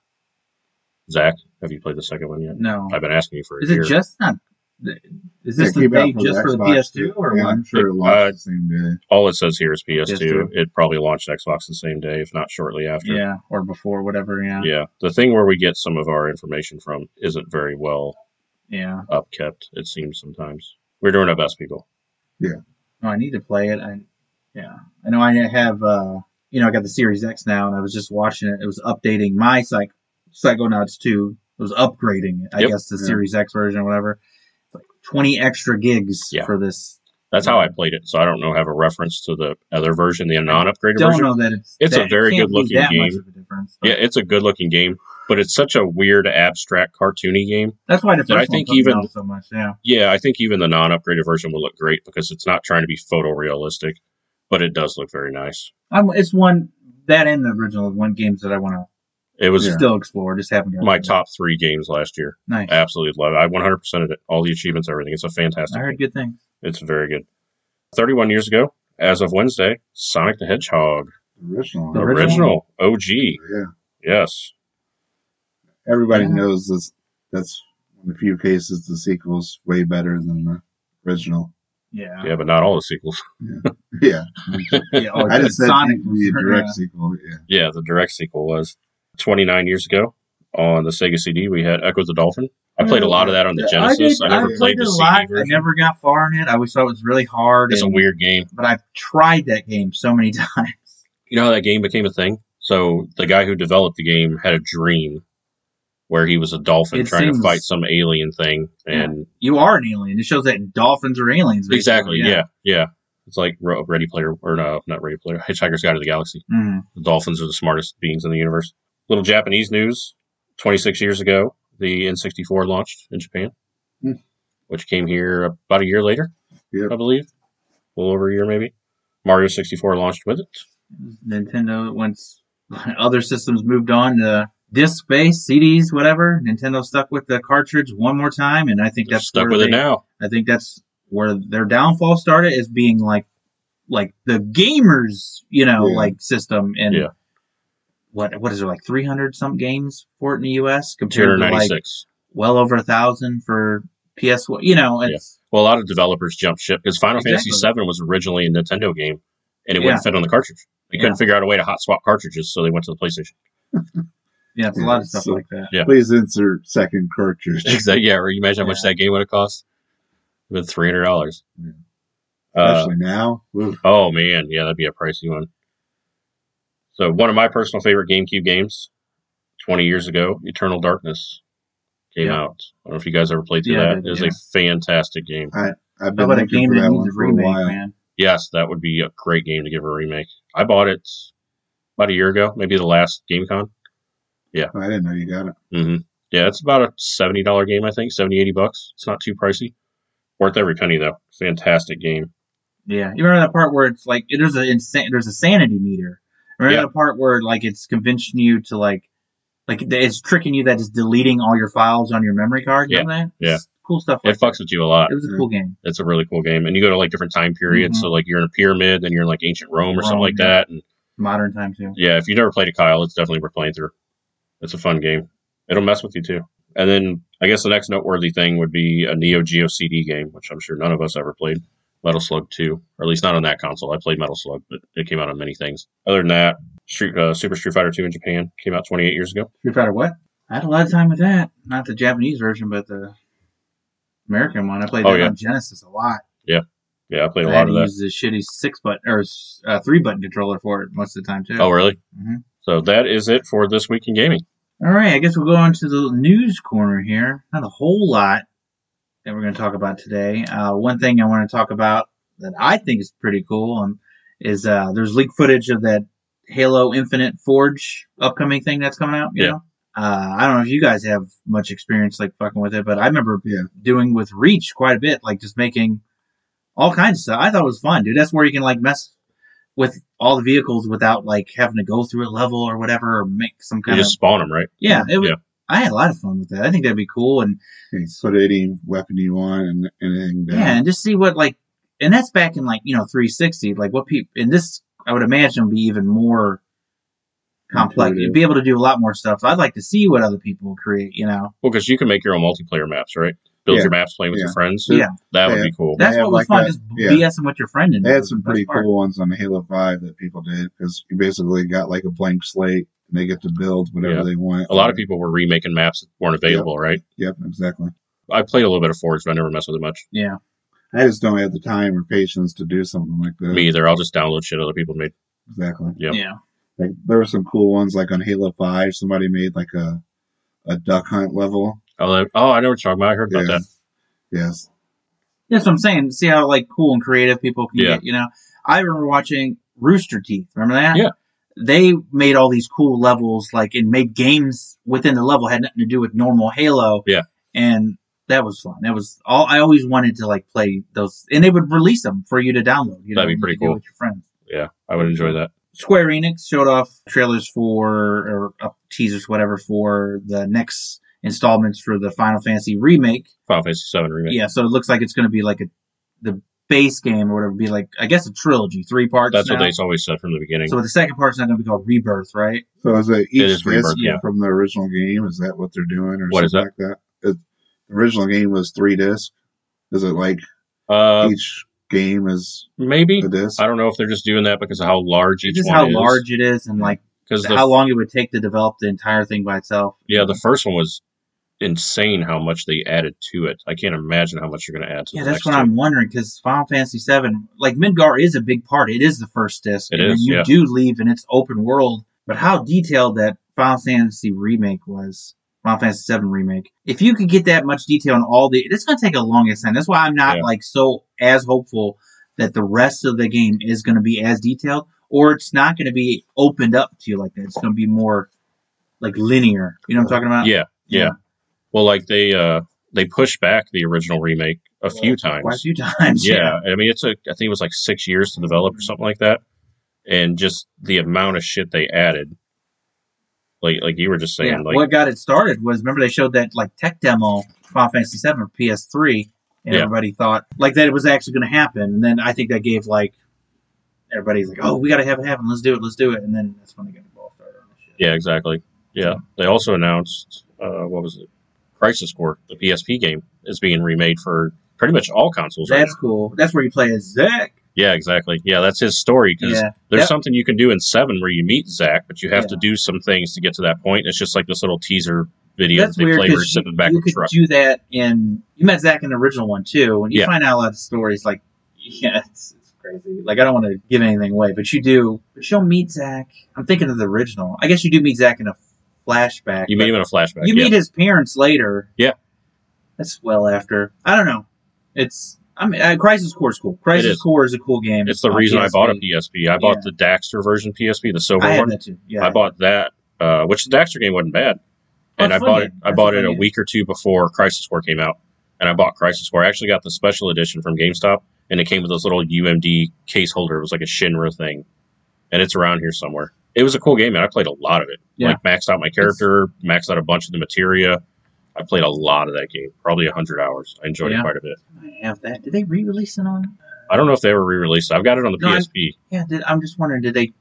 Speaker 4: Zach, have you played the second one yet?
Speaker 2: No,
Speaker 4: I've been asking you for a
Speaker 2: is
Speaker 4: year.
Speaker 2: it just not? Is
Speaker 3: It
Speaker 2: this the
Speaker 3: came out
Speaker 2: date
Speaker 3: for
Speaker 2: just for the
Speaker 3: Xbox,
Speaker 2: PS2 or
Speaker 3: yeah,
Speaker 2: what? (laughs)
Speaker 3: I'm sure it launched the same day.
Speaker 4: All it says here is PS2.
Speaker 2: PS2.
Speaker 4: It probably launched Xbox the same day, if not shortly after.
Speaker 2: Yeah, or before, whatever. Yeah, yeah.
Speaker 4: Yeah. The thing where we get some of our information from isn't very well upkept, it seems sometimes. We're doing our best, people.
Speaker 2: No, Oh, I need to play it. I, yeah, I know. I have. uh You know, I got the Series X now, and I was just watching it. It was updating my Psych Psychonauts 2. It was upgrading it, I
Speaker 4: Yep.
Speaker 2: guess, the
Speaker 3: Yeah.
Speaker 2: Series X version, or whatever. It's like 20 extra gigs
Speaker 4: Yeah.
Speaker 2: for this.
Speaker 4: That's how I
Speaker 2: Mm-hmm.
Speaker 4: played it, so I don't know have a reference to the other version, the non-upgraded
Speaker 2: Don't
Speaker 4: version.
Speaker 2: know that it's.
Speaker 4: It's a
Speaker 2: that- it
Speaker 4: very
Speaker 2: can't
Speaker 4: good-looking
Speaker 2: be that much
Speaker 4: game.
Speaker 2: of a difference, but
Speaker 4: Yeah, it's a good-looking game, but it's such a weird, abstract, cartoony game.
Speaker 2: that's why the
Speaker 4: Did I
Speaker 2: first one
Speaker 4: think
Speaker 2: put me
Speaker 4: even-
Speaker 2: off so much. Yeah,
Speaker 4: Yeah, I think even the non-upgraded version will look great because it's not trying to be photorealistic, but it does look very nice.
Speaker 2: I'm, it's one that and the original is one games that I want to
Speaker 4: It was
Speaker 3: Yeah.
Speaker 2: still explore. Just haven't got
Speaker 4: my
Speaker 2: to it.
Speaker 4: top three games last year.
Speaker 2: Nice.
Speaker 4: I absolutely love it. I 100 percent it. All the achievements, everything. It's a
Speaker 2: I
Speaker 4: fantastic.
Speaker 2: heard
Speaker 4: Game.
Speaker 2: good things.
Speaker 4: It's very good. 31 years ago, as of Wednesday, Sonic the Hedgehog,
Speaker 3: The original.
Speaker 2: The
Speaker 4: original,
Speaker 2: original?
Speaker 4: OG.
Speaker 3: Yeah.
Speaker 4: Yes,
Speaker 3: Everybody
Speaker 2: Yeah.
Speaker 3: knows this. That's in a few cases the sequel's way better than the original. (laughs)
Speaker 2: Yeah.
Speaker 4: yeah, but not all the sequels. (laughs)
Speaker 3: Yeah.
Speaker 2: yeah oh,
Speaker 3: (laughs) I just said
Speaker 2: Sonic
Speaker 3: Sonic would be a
Speaker 2: was-
Speaker 3: direct
Speaker 2: yeah.
Speaker 3: sequel. Yeah.
Speaker 4: Yeah, the direct sequel was 29 years ago on the Sega CD. We had Echo the Dolphin. I played a lot of that on the
Speaker 2: Yeah,
Speaker 4: Genesis. I,
Speaker 2: did-
Speaker 4: never
Speaker 2: I
Speaker 4: played the
Speaker 2: it a
Speaker 4: CD
Speaker 2: lot. I
Speaker 4: version.
Speaker 2: never got far in it. I always thought it was really hard.
Speaker 4: It's a
Speaker 2: and-
Speaker 4: weird game.
Speaker 2: But I've tried that game so many (laughs) times.
Speaker 4: you know how that game became a thing? So the guy who developed the game had a dream where he was a dolphin
Speaker 2: It
Speaker 4: trying to
Speaker 2: seems-
Speaker 4: fight some alien thing,
Speaker 2: Yeah.
Speaker 4: and
Speaker 2: You are an alien. It shows that dolphins are aliens. basically,
Speaker 4: exactly, yeah. yeah, It's like Ro- Ready Player, or no, not Ready Player, Hitchhiker's Guide to the Galaxy.
Speaker 2: Mhm.
Speaker 4: The dolphins are the smartest beings in the universe. Little Japanese news: twenty six years ago, the N64 launched in Japan,
Speaker 3: Hmm.
Speaker 4: which came here about a year later,
Speaker 3: Yep.
Speaker 4: I believe, a little over a year maybe. Mario 64 launched with it.
Speaker 2: Mm-hmm. Nintendo, once (laughs) other systems moved on to disc space, CDs, whatever, Nintendo stuck with the cartridge one more time. And I think
Speaker 4: They're
Speaker 2: that's
Speaker 4: stuck
Speaker 2: where
Speaker 4: with it
Speaker 2: they-
Speaker 4: now.
Speaker 2: I think that's where their downfall started is being like like the gamers, you know,
Speaker 3: Yeah.
Speaker 2: like system and
Speaker 4: Yeah.
Speaker 2: what what is it like 300 some games for it in the US compared to like
Speaker 4: 296.
Speaker 2: well over a 1000 for PS1, you know, it's
Speaker 4: Well, a lot of developers jumped ship because Final Fantasy
Speaker 2: Exactly.
Speaker 4: VII was originally a Nintendo game, and it
Speaker 2: Yeah.
Speaker 4: wouldn't fit on the cartridge. They couldn't
Speaker 2: Yeah.
Speaker 4: figure out a way to hot swap cartridges, so they went to the PlayStation. (laughs)
Speaker 2: yeah, it's a lot of stuff
Speaker 3: So-
Speaker 2: like that.
Speaker 4: Yeah.
Speaker 3: Please insert second cartridge.
Speaker 4: Exactly. Yeah. Or you imagine how much
Speaker 2: Yeah.
Speaker 4: that game would have cost? It would three hundred dollars.
Speaker 3: Yeah.
Speaker 4: Uh,
Speaker 3: Especially now. Ooh,
Speaker 4: oh man, yeah, that'd be a pricey one. So one of my personal favorite GameCube games, twenty years ago, Eternal Darkness came
Speaker 2: Yeah.
Speaker 4: out. I don't know if you guys ever played through
Speaker 2: Yeah,
Speaker 4: that.
Speaker 2: I did,
Speaker 4: It was
Speaker 2: yeah.
Speaker 4: a fantastic game.
Speaker 3: I've
Speaker 2: How
Speaker 3: been
Speaker 2: about a
Speaker 3: looking
Speaker 2: game
Speaker 3: for
Speaker 2: that
Speaker 3: that
Speaker 2: needs
Speaker 3: one
Speaker 2: a
Speaker 3: for a
Speaker 2: remake,
Speaker 3: while.
Speaker 2: man?
Speaker 4: Yes, that would be a great game to give a remake. I bought it about a year ago, maybe the last GameCon.
Speaker 3: Oh, I didn't know you got it.
Speaker 4: hmm Yeah, it's about a seventy dollar game, I think, 70, 80 bucks. It's not too pricey. Worth every penny though. Fantastic game.
Speaker 2: Yeah, you remember that part where it's like there's a insan- there's a sanity meter. Remember
Speaker 4: Yeah.
Speaker 2: the part where like it's convincing you to like like it's tricking you that it's deleting all your files on your memory card. Remember that?
Speaker 4: yeah.
Speaker 2: It's cool stuff. Like
Speaker 4: It fucks with you a lot.
Speaker 2: that. It was a cool game.
Speaker 4: It's a really cool game, and you go to like different time periods.
Speaker 2: Mhm.
Speaker 4: So like you're in a pyramid, then you're in like ancient Rome or something
Speaker 2: Rome,
Speaker 4: like
Speaker 2: yeah.
Speaker 4: that. And
Speaker 2: Modern time too.
Speaker 4: yeah, if you never played it, Kyle, it's definitely worth playing through. It's a fun game. It'll mess with you too. And then I guess the next noteworthy thing would be a Neo Geo CD game, which I'm sure none of us ever played. Metal Slug 2, or at least not on that console. I played Metal Slug, but it came out on many things. Other than that, Street, uh, Super Street Fighter 2 in Japan came out 28 years ago.
Speaker 2: Street Fighter what? I had a lot of time with that. Not the Japanese version, but the American one. I played
Speaker 4: Oh,
Speaker 2: that
Speaker 4: yeah.
Speaker 2: on Genesis a lot.
Speaker 4: Yeah, I played a
Speaker 2: I had
Speaker 4: lot
Speaker 2: to
Speaker 4: of that.
Speaker 2: use the shitty six button or uh, three button controller for it most of the time too.
Speaker 4: Oh, really?
Speaker 3: mm-hmm.
Speaker 2: Mhm.
Speaker 4: So that is it for this week in gaming.
Speaker 2: All right, I guess we'll go on to the news corner here. Not a whole lot that we're going to talk about today. Uh, one thing I want to talk about that I think is pretty cool um, is uh, there's leaked footage of that Halo Infinite Forge upcoming thing that's coming out. You
Speaker 4: Yeah.
Speaker 2: Know? Uh, I don't know if you guys have much experience like fucking with it, but I remember
Speaker 3: Yeah.
Speaker 2: doing with Reach quite a bit, like just making all kinds of stuff. I thought it was fun, dude. That's where you can like mess with all the vehicles without like having to go through a level or whatever, or make some
Speaker 4: You
Speaker 2: kind of
Speaker 4: just spawn them, right?
Speaker 2: yeah, it was,
Speaker 4: Yeah.
Speaker 2: I had a lot of fun with that. I think that'd be cool, and
Speaker 3: You put any weapon you want and anything
Speaker 2: yeah,
Speaker 3: down.
Speaker 2: and just see what like, and that's back in like you know 360. Like what people, and this I would imagine would be even more complex. You'd
Speaker 3: Intuitive.
Speaker 2: be able to do a lot more stuff. I'd like to see what other people create. You know,
Speaker 4: Well, because you can make your own multiplayer maps, right? Build
Speaker 3: Yeah.
Speaker 4: your maps, play with
Speaker 3: Yeah.
Speaker 4: your friends.
Speaker 2: Yeah.
Speaker 4: That would
Speaker 3: Yeah.
Speaker 4: be cool.
Speaker 2: that's
Speaker 3: have
Speaker 2: what was
Speaker 3: like
Speaker 2: fun.
Speaker 3: that-
Speaker 2: just
Speaker 3: yeah.
Speaker 2: BSing with your friend. And
Speaker 3: They had
Speaker 2: was
Speaker 3: some
Speaker 2: the best
Speaker 3: pretty
Speaker 2: part.
Speaker 3: cool ones on Halo 5 that people did because you basically got like a blank slate and they get to build whatever
Speaker 4: Yeah.
Speaker 3: they want.
Speaker 4: A lot of people were remaking maps that weren't available, right?
Speaker 3: Yep, exactly.
Speaker 4: I played a little bit of Forge, but I never messed with it much.
Speaker 2: Yeah,
Speaker 3: I just don't have the time or patience to do something like that.
Speaker 4: Me either. I'll just download shit other people made.
Speaker 3: Exactly.
Speaker 4: Yep.
Speaker 2: yeah.
Speaker 3: Like there were some cool ones like on Halo 5. Somebody made like a a duck hunt level.
Speaker 4: Oh, that- oh I never talked about. I heard about that.
Speaker 3: Yes.
Speaker 2: That's what I'm saying. See how like cool and creative people can
Speaker 4: Yeah.
Speaker 2: get. You know, I remember watching Rooster Teeth. Remember that?
Speaker 4: Yeah.
Speaker 2: They made all these cool levels, like and made games within the level had nothing to do with normal Halo.
Speaker 4: Yeah.
Speaker 2: And that was fun. That was all. I always wanted to like play those, and they would release them for you to download. You
Speaker 4: That'd be
Speaker 2: and
Speaker 4: pretty
Speaker 2: do
Speaker 4: cool.
Speaker 2: with your friends.
Speaker 4: Yeah, I would enjoy that.
Speaker 2: Square Enix showed off trailers for or uh, teasers, whatever, for the next installments for the Final Fantasy remake.
Speaker 4: Final Fantasy Seven remake.
Speaker 2: Yeah, so it looks like it's going to be like a the base game or whatever. Be like I guess a trilogy, three parts.
Speaker 4: That's what
Speaker 2: now.
Speaker 4: they always said from the beginning.
Speaker 2: So the second part's not going to be called Rebirth, right?
Speaker 3: So is it
Speaker 4: It
Speaker 3: each
Speaker 4: is Rebirth,
Speaker 3: disc
Speaker 4: yeah.
Speaker 3: from the original game? Is that what they're doing or
Speaker 4: What is
Speaker 3: something like that? It, the original game was three discs. Is it like
Speaker 4: uh,
Speaker 3: each game is
Speaker 4: maybe.
Speaker 3: a disc?
Speaker 4: I don't know if they're just doing that because of how large each
Speaker 2: Just
Speaker 4: one
Speaker 2: how
Speaker 4: is.
Speaker 2: large it is and like
Speaker 4: Because the
Speaker 2: how long it would take to develop the entire thing by itself.
Speaker 4: yeah, the first one was insane how much they added to it. I can't imagine how much you're going to add to
Speaker 2: Yeah,
Speaker 4: the next
Speaker 2: that's what
Speaker 4: two.
Speaker 2: I'm wondering because Final Fantasy VII, like Midgar, is a big part. It is the first disc,
Speaker 4: It is,
Speaker 2: and then you
Speaker 4: yeah.
Speaker 2: do leave, and it's open world. But how detailed that Final Fantasy remake was, Final Fantasy VII remake. If you could get that much detail in all the, it's going to take a longest time. That's why I'm not
Speaker 4: Yeah.
Speaker 2: like so as hopeful that the rest of the game is going to be as detailed, or it's not going to be opened up to you like that. It's going to be more like linear. You know what I'm talking about?
Speaker 4: Yeah, yeah.
Speaker 2: Yeah.
Speaker 4: Well, like they uh they pushed back the original remake a few
Speaker 2: Quite a
Speaker 4: times.
Speaker 2: few (laughs) times.
Speaker 4: Yeah, I mean it's a I think it was like six years to develop or something like that, and just the amount of shit they added. Like like you were just saying,
Speaker 2: Yeah,
Speaker 4: like
Speaker 2: what got it started was remember they showed that like tech demo Final Fantasy VII for PS3, and
Speaker 4: Yeah.
Speaker 2: everybody thought like that it was actually going to happen, and then I think that gave like everybody's like, oh, we got to have it happen, let's do it, let's do it, and then that's when they got the ball started on this shit.
Speaker 4: yeah, exactly. Yeah, they also announced uh what was it, Crisis Core, the PSP game is being remade for pretty much all consoles. right
Speaker 2: that's cool. That's where you play as Zack.
Speaker 4: Yeah, exactly. Yeah, that's his story because
Speaker 2: Yeah,
Speaker 4: there's
Speaker 2: Yep.
Speaker 4: something you can do in seven where you meet Zach, but you have
Speaker 2: Yeah.
Speaker 4: to do some things to get to that point. It's just like this little teaser video
Speaker 2: that's
Speaker 4: that they
Speaker 2: weird
Speaker 4: play where he's
Speaker 2: because
Speaker 4: sitting in the back
Speaker 2: you
Speaker 4: of a
Speaker 2: could
Speaker 4: truck.
Speaker 2: do that in you met Zack in the original one too, and you
Speaker 4: Yeah.
Speaker 2: find out a lot of stories like (laughs) yeah, it's, it's crazy. Like I don't want to give anything away, but you do. But you'll meet Zack. I'm thinking of the original. I guess you do meet Zack in a flashback.
Speaker 4: You
Speaker 2: but-
Speaker 4: meet him in a flashback.
Speaker 2: You
Speaker 4: yeah.
Speaker 2: meet his parents later.
Speaker 4: Yeah.
Speaker 2: That's well after. I don't know. It's I mean, uh, Crisis Core is cool.
Speaker 4: It
Speaker 2: Crisis
Speaker 4: is.
Speaker 2: Core is a cool game.
Speaker 4: it's the
Speaker 2: on
Speaker 4: reason I
Speaker 2: PSP.
Speaker 4: bought a PSP. I bought the Daxter version PSP, the silver
Speaker 2: I have
Speaker 4: one.
Speaker 2: that too. Yeah.
Speaker 4: I bought that, uh, which the Daxter game wasn't bad,
Speaker 2: Oh,
Speaker 4: and
Speaker 2: it's
Speaker 4: I
Speaker 2: fun
Speaker 4: bought it.
Speaker 2: game.
Speaker 4: I
Speaker 2: That's
Speaker 4: bought
Speaker 2: a
Speaker 4: it
Speaker 2: fun
Speaker 4: a
Speaker 2: game.
Speaker 4: week or two before Crisis Core came out, and I bought Crisis Core. I actually got the special edition from GameStop, and it came with this little UMD case holder. It was like a Shinra thing, and it's around here somewhere. It was a cool game, and I played a lot of it.
Speaker 2: Yeah.
Speaker 4: Like maxed out my character, maxed out a bunch of the materia. I played a lot of that game, probably hundred hours. I enjoyed
Speaker 2: Yeah.
Speaker 4: it quite a bit.
Speaker 2: I have that. Did they re-release it on?
Speaker 4: I don't know if they ever re-released. it. I've got it on the
Speaker 2: No, I-
Speaker 4: PSP.
Speaker 2: Yeah. Did, I'm just wondering. Did they?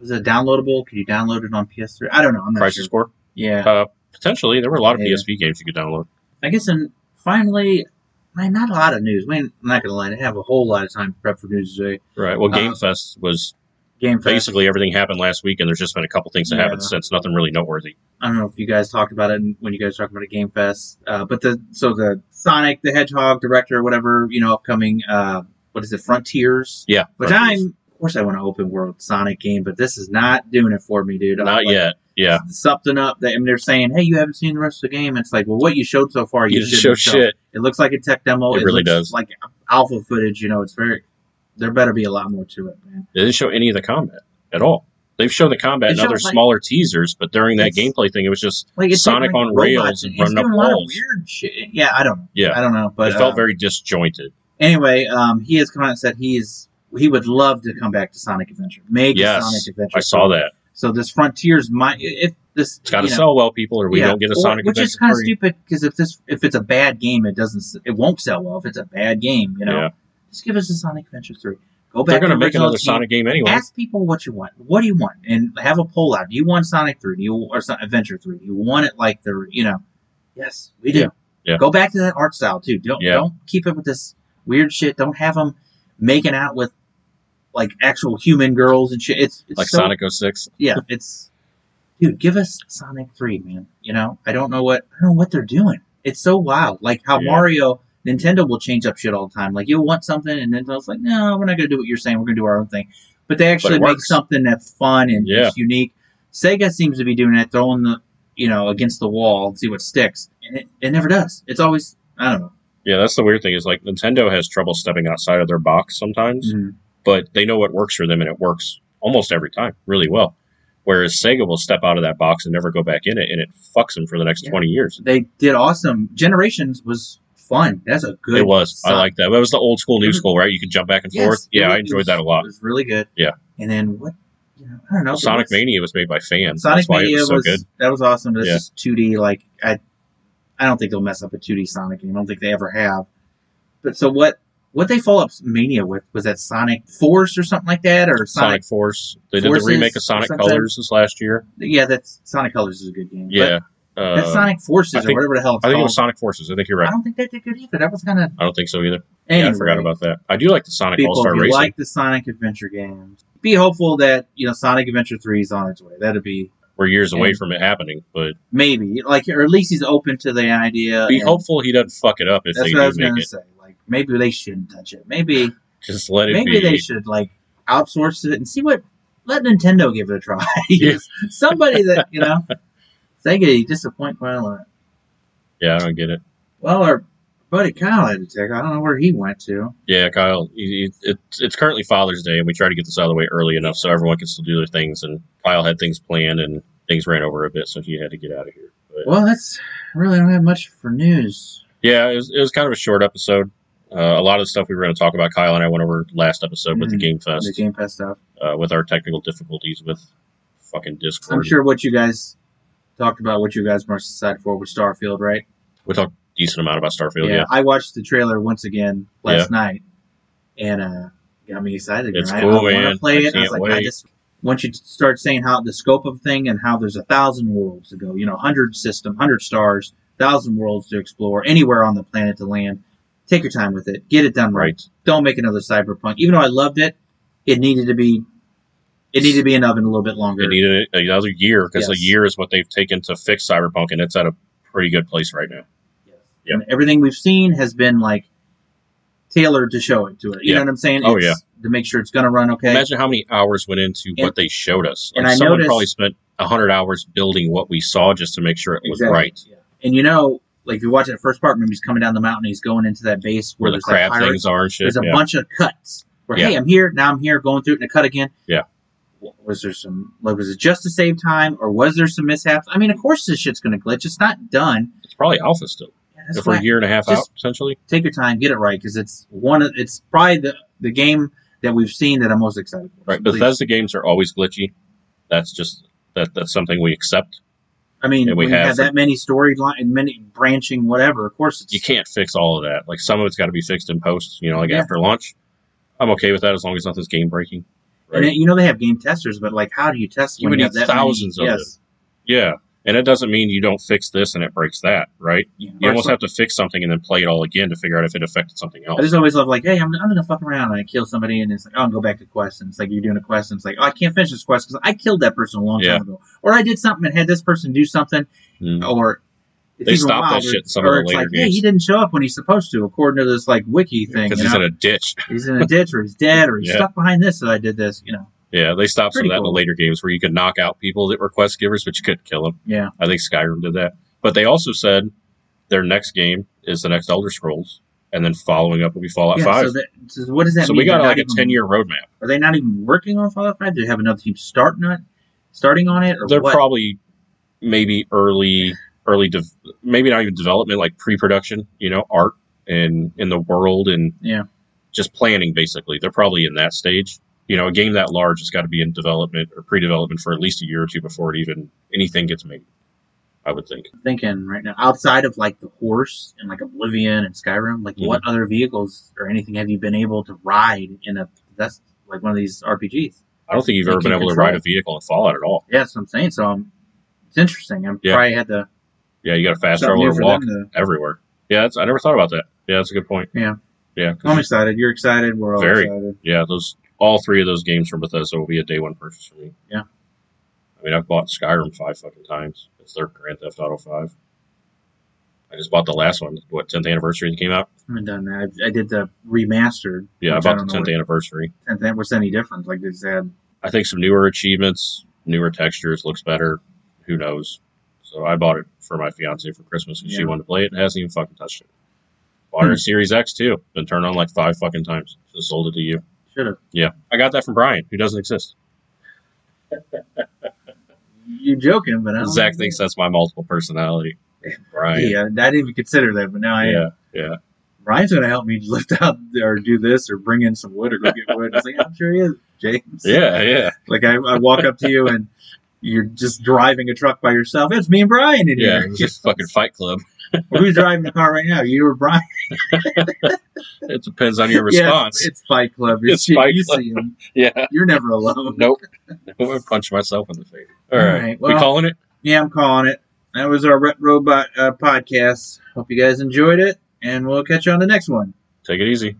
Speaker 2: Was it downloadable? Could you download it on PS3? I don't know. I'm not
Speaker 4: Crisis
Speaker 2: sure.
Speaker 4: Core.
Speaker 2: Yeah.
Speaker 4: Uh, Potentially, there were a lot of
Speaker 2: Yeah.
Speaker 4: PSP games you could download.
Speaker 2: I guess, and finally, man, not a lot of news. We ain't, I'm not gonna lie, I didn't have a whole lot of time to prep for news today.
Speaker 4: Right. Well,
Speaker 2: Uh,
Speaker 4: Game Fest was
Speaker 2: Game Fest.
Speaker 4: basically everything happened last week, and there's just been a couple things that happened
Speaker 2: Yeah.
Speaker 4: since. Nothing really noteworthy.
Speaker 2: I don't know if you guys talked about it when you guys talked about a Game Fest, uh, but the so the Sonic the Hedgehog director, whatever you know, upcoming. Uh, what is it, Frontiers?
Speaker 4: Yeah.
Speaker 2: Which I'm, of course, I want an open world Sonic game, but this is not doing it for me, dude. I'm
Speaker 4: not
Speaker 2: like,
Speaker 4: yet. Yeah.
Speaker 2: Something up. That, I mean, they're saying, hey, you haven't seen the rest of the game. It's like, well, what you showed so far, you,
Speaker 4: You
Speaker 2: shouldn't
Speaker 4: show
Speaker 2: have shown.
Speaker 4: shit.
Speaker 2: It looks like a tech demo.
Speaker 4: It really
Speaker 2: looks
Speaker 4: does.
Speaker 2: Like alpha footage, you know, it's very. There better be a lot more to it, man.
Speaker 4: They didn't show any of the combat at all. They've shown the combat
Speaker 2: They
Speaker 4: in
Speaker 2: showed,
Speaker 4: other
Speaker 2: like-
Speaker 4: smaller teasers, but during that
Speaker 2: It's-
Speaker 4: gameplay thing, it was just
Speaker 2: Like it's
Speaker 4: Sonic
Speaker 2: like
Speaker 4: on rails
Speaker 2: robots.
Speaker 4: and
Speaker 2: It's
Speaker 4: running up
Speaker 2: doing a lot of
Speaker 4: walls.
Speaker 2: weird shit. Yeah, I don't.
Speaker 4: Yeah.
Speaker 2: I don't know, but
Speaker 4: it felt
Speaker 2: uh,
Speaker 4: very disjointed.
Speaker 2: anyway. Um, he has come out and said he's he would love to come back to Sonic Adventure. Make
Speaker 4: Yes,
Speaker 2: a Sonic Adventure.
Speaker 4: I saw that.
Speaker 2: So this Frontiers might if this
Speaker 4: It's got to
Speaker 2: you know,
Speaker 4: sell well, people, or we
Speaker 2: yeah,
Speaker 4: don't get a
Speaker 2: or-
Speaker 4: Sonic
Speaker 2: which is
Speaker 4: Adventure.
Speaker 2: kind of
Speaker 4: three.
Speaker 2: stupid because if this if it's a bad game, it doesn't s- it won't sell well. If it's a bad game, you know,
Speaker 4: Yeah.
Speaker 2: just give us a Sonic Adventure three. Go back.
Speaker 4: They're going to
Speaker 2: the
Speaker 4: make
Speaker 2: original
Speaker 4: another
Speaker 2: team.
Speaker 4: Sonic game anyway.
Speaker 2: Ask people what you want. What do you want? And have a poll out. Do you want Sonic 3? Do you or Son- Adventure 3? Do you want it like the you know? Yes, we do.
Speaker 4: Yeah. Yeah.
Speaker 2: Go back to that art style too. Don't
Speaker 4: Yeah.
Speaker 2: don't keep it with this weird shit. Don't have them making out with like actual human girls and shit. It's, it's
Speaker 4: like
Speaker 2: so-
Speaker 4: Sonic 06.
Speaker 2: Yeah, it's dude. Give us Sonic 3, man. You know, I don't know what I don't know what they're doing. It's so wild. Like how
Speaker 4: Yeah.
Speaker 2: Mario. Nintendo will change up shit all the time. Like you'll want something, and Nintendo's like, "No, we're not gonna do what you're saying. We're gonna do our own thing." But they actually
Speaker 4: it
Speaker 2: make
Speaker 4: works.
Speaker 2: something that's fun and
Speaker 4: Yeah.
Speaker 2: it's unique. Sega seems to be doing that, throwing the you know against the wall and see what sticks, and it, it never does. It's always I don't know.
Speaker 4: Yeah, that's the weird thing is like Nintendo has trouble stepping outside of their box sometimes. but they know what works for them and it works almost every time really well. Whereas Sega will step out of that box and never go back in it and it fucks them for the next
Speaker 2: Yeah.
Speaker 4: 20 years.
Speaker 2: They did awesome. Generations was fun. That's a good.
Speaker 4: it was. I
Speaker 2: solid-
Speaker 4: like that. That was the old school, new
Speaker 2: Mhm.
Speaker 4: school, right? You could jump back and
Speaker 2: Yes,
Speaker 4: forth. Yeah, I
Speaker 2: it was-
Speaker 4: enjoyed that a lot.
Speaker 2: It was really good.
Speaker 4: Yeah.
Speaker 2: And then what? You know, I don't know.
Speaker 4: Sonic
Speaker 2: Mania.
Speaker 4: Mania was made by fans.
Speaker 2: Sonic
Speaker 4: That's why
Speaker 2: Mania
Speaker 4: it was so
Speaker 2: was
Speaker 4: good.
Speaker 2: that was awesome. This
Speaker 4: Yeah.
Speaker 2: is 2D. Like I, I don't think they'll mess up a 2D Sonic game. I don't think they ever have. But so what? What they follow up Mania with was that Sonic Force or something like that, or Sonic?
Speaker 4: Sonic Force. They did
Speaker 2: Forces
Speaker 4: the remake of
Speaker 2: or
Speaker 4: Sonic
Speaker 2: something?
Speaker 4: Colors this last year.
Speaker 2: Yeah, that's Sonic Colors is a good game.
Speaker 4: Yeah.
Speaker 2: but
Speaker 4: Uh,
Speaker 2: that's Sonic
Speaker 4: I
Speaker 2: Forces
Speaker 4: think-
Speaker 2: or whatever the hell it's
Speaker 4: I think it
Speaker 2: called.
Speaker 4: was Sonic Forces. I think you're
Speaker 2: I
Speaker 4: right.
Speaker 2: don't think that did good either. That was kind of
Speaker 4: I don't think so either. Yeah,
Speaker 2: anyway.
Speaker 4: I forgot about that. I do like the Sonic All
Speaker 2: people.
Speaker 4: Star
Speaker 2: If you
Speaker 4: Racing.
Speaker 2: like the Sonic Adventure games, be hopeful that you know Sonic Adventure Three is on its way. That'd be
Speaker 4: We're years away
Speaker 2: and-
Speaker 4: from it happening, but
Speaker 2: maybe like or at least he's open to the idea.
Speaker 4: be
Speaker 2: and-
Speaker 4: hopeful he doesn't fuck it up if
Speaker 2: Uh, That's
Speaker 4: they
Speaker 2: what I
Speaker 4: do
Speaker 2: was
Speaker 4: make
Speaker 2: gonna
Speaker 4: it.
Speaker 2: say. Like maybe they shouldn't touch it. Maybe
Speaker 4: Just let it
Speaker 2: maybe
Speaker 4: be.
Speaker 2: they should like outsource it and see what. Let Nintendo give it a try. (laughs) Somebody that you (laughs) know, Sega disappoint quite a lot.
Speaker 4: Yeah, I don't get it.
Speaker 2: Well, our buddy Kyle had to take. I don't know where he went to.
Speaker 4: Yeah, Kyle. he- he- It's it's currently Father's Day, and we try to get this out of the way early enough so everyone can still do their things. And Kyle had things planned, and things ran over a bit, so he had to get out of here. But
Speaker 2: Well, that's I really don't have much for news.
Speaker 4: yeah, it was, it was kind of a short episode. Uh, a lot of the stuff we were going to talk about, Kyle and I went over last episode with the
Speaker 2: Mhm.
Speaker 4: Game
Speaker 2: The
Speaker 4: Fest,
Speaker 2: Game Pass stuff.
Speaker 4: uh, with our technical difficulties with fucking Discord.
Speaker 2: I'm sure what you guys talked about, what you guys must decide for was Starfield, right?
Speaker 4: We talked a decent amount about Starfield. Yeah,
Speaker 2: I watched the trailer once again last night, and uh, got me excited.
Speaker 4: It's
Speaker 2: I-
Speaker 4: cool,
Speaker 2: I, want
Speaker 4: man.
Speaker 2: to play
Speaker 4: I
Speaker 2: it. I, was
Speaker 4: can't
Speaker 2: like, I
Speaker 4: wait.
Speaker 2: just once you start saying how the scope of thing and how there's a thousand worlds to go. You know, hundred system, hundred stars, thousand worlds to explore anywhere on the planet to land. Take your time with it. Get it done right.
Speaker 4: right.
Speaker 2: Don't make another cyberpunk. Even though I loved it, it needed to be. It needed to be in the oven a little bit longer.
Speaker 4: They needed a- another year because a
Speaker 2: Yes.
Speaker 4: year is what they've taken to fix Cyberpunk, and it's at a pretty good place right now. Yeah.
Speaker 2: And everything we've seen has been like tailored to show it to it. You
Speaker 4: Yeah.
Speaker 2: know what I'm saying?
Speaker 4: Oh,
Speaker 2: It's- To make sure it's going to run okay.
Speaker 4: Imagine how many hours went into
Speaker 2: And-
Speaker 4: what they showed us.
Speaker 2: and
Speaker 4: Like
Speaker 2: I
Speaker 4: someone
Speaker 2: noticed-
Speaker 4: probably spent hundred hours building what we saw just to make sure it was
Speaker 2: Exactly.
Speaker 4: right.
Speaker 2: And you know, like if you watch that first part, remember he's coming down the mountain, he's going into that base
Speaker 4: Where
Speaker 2: where,
Speaker 4: the
Speaker 2: there's like
Speaker 4: crab
Speaker 2: pirates.
Speaker 4: things are and shit.
Speaker 2: there's a
Speaker 4: yeah.
Speaker 2: bunch of cuts where hey,
Speaker 4: Yeah.
Speaker 2: I'm here, now I'm here, going through it and a cut again.
Speaker 4: Yeah.
Speaker 2: W- Was there some like was it just to save time or was there some mishaps? I mean, of course this shit's gonna glitch. It's not done.
Speaker 4: It's probably alpha still.
Speaker 2: Yeah, That's
Speaker 4: if we're
Speaker 2: why
Speaker 4: a year and a half
Speaker 2: Just-
Speaker 4: out potentially.
Speaker 2: take your time, get it right because it's one. Of, it's probably the the game that we've seen that I'm most excited for.
Speaker 4: Right.
Speaker 2: Please.
Speaker 4: Bethesda games are always glitchy. That's just that that's something we accept.
Speaker 2: I mean,
Speaker 4: And we
Speaker 2: when you
Speaker 4: have
Speaker 2: have that many storyline and many branching, whatever. Of course, it's
Speaker 4: You can't fix all of that. Like some of it's gotta be fixed in post, you know, like
Speaker 2: Yeah.
Speaker 4: after launch. I'm okay with that as long as nothing's game breaking.
Speaker 2: And it- you know they have game testers, but like, how do you test
Speaker 4: You
Speaker 2: when
Speaker 4: would
Speaker 2: you
Speaker 4: need
Speaker 2: have that
Speaker 4: thousands
Speaker 2: many?
Speaker 4: of
Speaker 2: yes.
Speaker 4: Yeah. And it doesn't mean you don't fix this and it breaks that, right?
Speaker 2: Yeah.
Speaker 4: You almost have to fix something and then play it all again to figure out if it affected something
Speaker 2: I
Speaker 4: else.
Speaker 2: just always love like, hey, I'm, I'm gonna fuck around and I kill somebody and it's like, oh, go back to quest and it's like you're doing a quest and it's like, oh, I can't finish this quest because I killed that person a long
Speaker 4: Yeah.
Speaker 2: time ago, or I did something and had this person do something,
Speaker 4: Mm.
Speaker 2: or it's
Speaker 4: They
Speaker 2: even
Speaker 4: stopped that
Speaker 2: wilder,
Speaker 4: shit in some
Speaker 2: or
Speaker 4: of the
Speaker 2: it's
Speaker 4: later
Speaker 2: like, yeah,
Speaker 4: games.
Speaker 2: he didn't show up when he's supposed to according to this like wiki thing.
Speaker 4: Because
Speaker 2: you
Speaker 4: he's
Speaker 2: know?
Speaker 4: in a ditch. (laughs)
Speaker 2: he's in a ditch or he's dead or he's
Speaker 4: Yeah.
Speaker 2: stuck behind this that I did this, you know.
Speaker 4: Yeah, they stopped some
Speaker 2: Pretty
Speaker 4: of that in
Speaker 2: cool.
Speaker 4: the later games where you could knock out people that were quest givers, but you couldn't kill them.
Speaker 2: Yeah.
Speaker 4: I think Skyrim did that. But they also said their next game is the next Elder Scrolls, and then following up will be Fallout
Speaker 2: yeah
Speaker 4: 5.
Speaker 2: So, that, so what does that
Speaker 4: so
Speaker 2: mean?
Speaker 4: we got
Speaker 2: They're
Speaker 4: like
Speaker 2: not
Speaker 4: a
Speaker 2: even-
Speaker 4: 10 year roadmap.
Speaker 2: Are they not even working on Fallout Five? Do they have another team starting on, starting on it, or
Speaker 4: They're
Speaker 2: what?
Speaker 4: probably maybe early, early, de- maybe not even development, like pre production, you know, art and in the world and
Speaker 2: Yeah.
Speaker 4: just planning basically. They're probably in that stage. You know, a game that large has got to be in development or pre development for at least a year or two before it even anything gets made, I would think.
Speaker 2: thinking right now outside of like the horse and like Oblivion and Skyrim, like
Speaker 4: Mhm.
Speaker 2: what other vehicles or anything have you been able to ride in a that's like one of these RPGs?
Speaker 4: I don't think you've
Speaker 2: You
Speaker 4: ever been
Speaker 2: can
Speaker 4: able to
Speaker 2: control.
Speaker 4: ride a vehicle in Fallout at all.
Speaker 2: Yeah, that's what I'm saying. So um, it's interesting. I
Speaker 4: Yeah.
Speaker 2: probably had to
Speaker 4: Yeah, you got to fast
Speaker 2: something
Speaker 4: travel
Speaker 2: new
Speaker 4: or
Speaker 2: for
Speaker 4: walk
Speaker 2: them to-
Speaker 4: everywhere. Yeah, that's, I never thought about that. Yeah, that's a good point.
Speaker 2: Yeah.
Speaker 4: Yeah. 'cause
Speaker 2: I'm excited. You're excited. We're all
Speaker 4: Very.
Speaker 2: excited.
Speaker 4: Yeah, those all three of those games from Bethesda will be a day one purchase for me.
Speaker 2: Yeah.
Speaker 4: I mean, I've bought Skyrim five fucking times. It's their Grand Theft Auto five. I just bought the last one. What tenth anniversary that came out?
Speaker 2: I haven't done that. I, I did the remastered.
Speaker 4: Yeah,
Speaker 2: which
Speaker 4: I bought
Speaker 2: don't
Speaker 4: the
Speaker 2: know
Speaker 4: tenth anniversary.
Speaker 2: what- tenth. What's any different? Like they said,
Speaker 4: I think some newer achievements, newer textures, looks better. Who knows? So I bought it for my fiance for Christmas because she
Speaker 2: Yeah. Hmm.
Speaker 4: wanted to play it and hasn't even fucking touched it. Bought her a Series X too. Been turned on like five fucking times. Just sold it to you.
Speaker 2: should have.
Speaker 4: Yeah, I got that from Brian, who doesn't exist.
Speaker 2: You're joking, but I don't
Speaker 4: Zach thinks that's my multiple personality. Brian.
Speaker 2: Oh, Yeah, I didn't even consider that, but now I am.
Speaker 4: yeah.
Speaker 2: Brian's gonna help me lift out or do this or bring in some wood or go get wood. It's like I'm sure he is, James.
Speaker 4: Yeah,
Speaker 2: (laughs)
Speaker 4: yeah,
Speaker 2: Like I, I walk up to you and you're just driving a truck by yourself. It's me and Brian in
Speaker 4: yeah.
Speaker 2: here. (laughs)
Speaker 4: It's just fucking Fight Club.
Speaker 2: Who's driving the car right now? You or Brian?
Speaker 4: It depends on your
Speaker 2: (laughs) Yeah,
Speaker 4: (laughs) response.
Speaker 2: it's Fight Club. It's,
Speaker 4: It's
Speaker 2: you,
Speaker 4: Fight
Speaker 2: you
Speaker 4: Club.
Speaker 2: see him.
Speaker 4: Yeah.
Speaker 2: You're never alone.
Speaker 4: (laughs) Nope. nope. I punch myself in the face. All
Speaker 2: All
Speaker 4: right.
Speaker 2: right,
Speaker 4: we
Speaker 2: well-
Speaker 4: calling it?
Speaker 2: Yeah, I'm calling it. That was our Ret Robot uh, podcast. Hope you guys enjoyed it, and we'll catch you on the next one.
Speaker 4: Take it easy.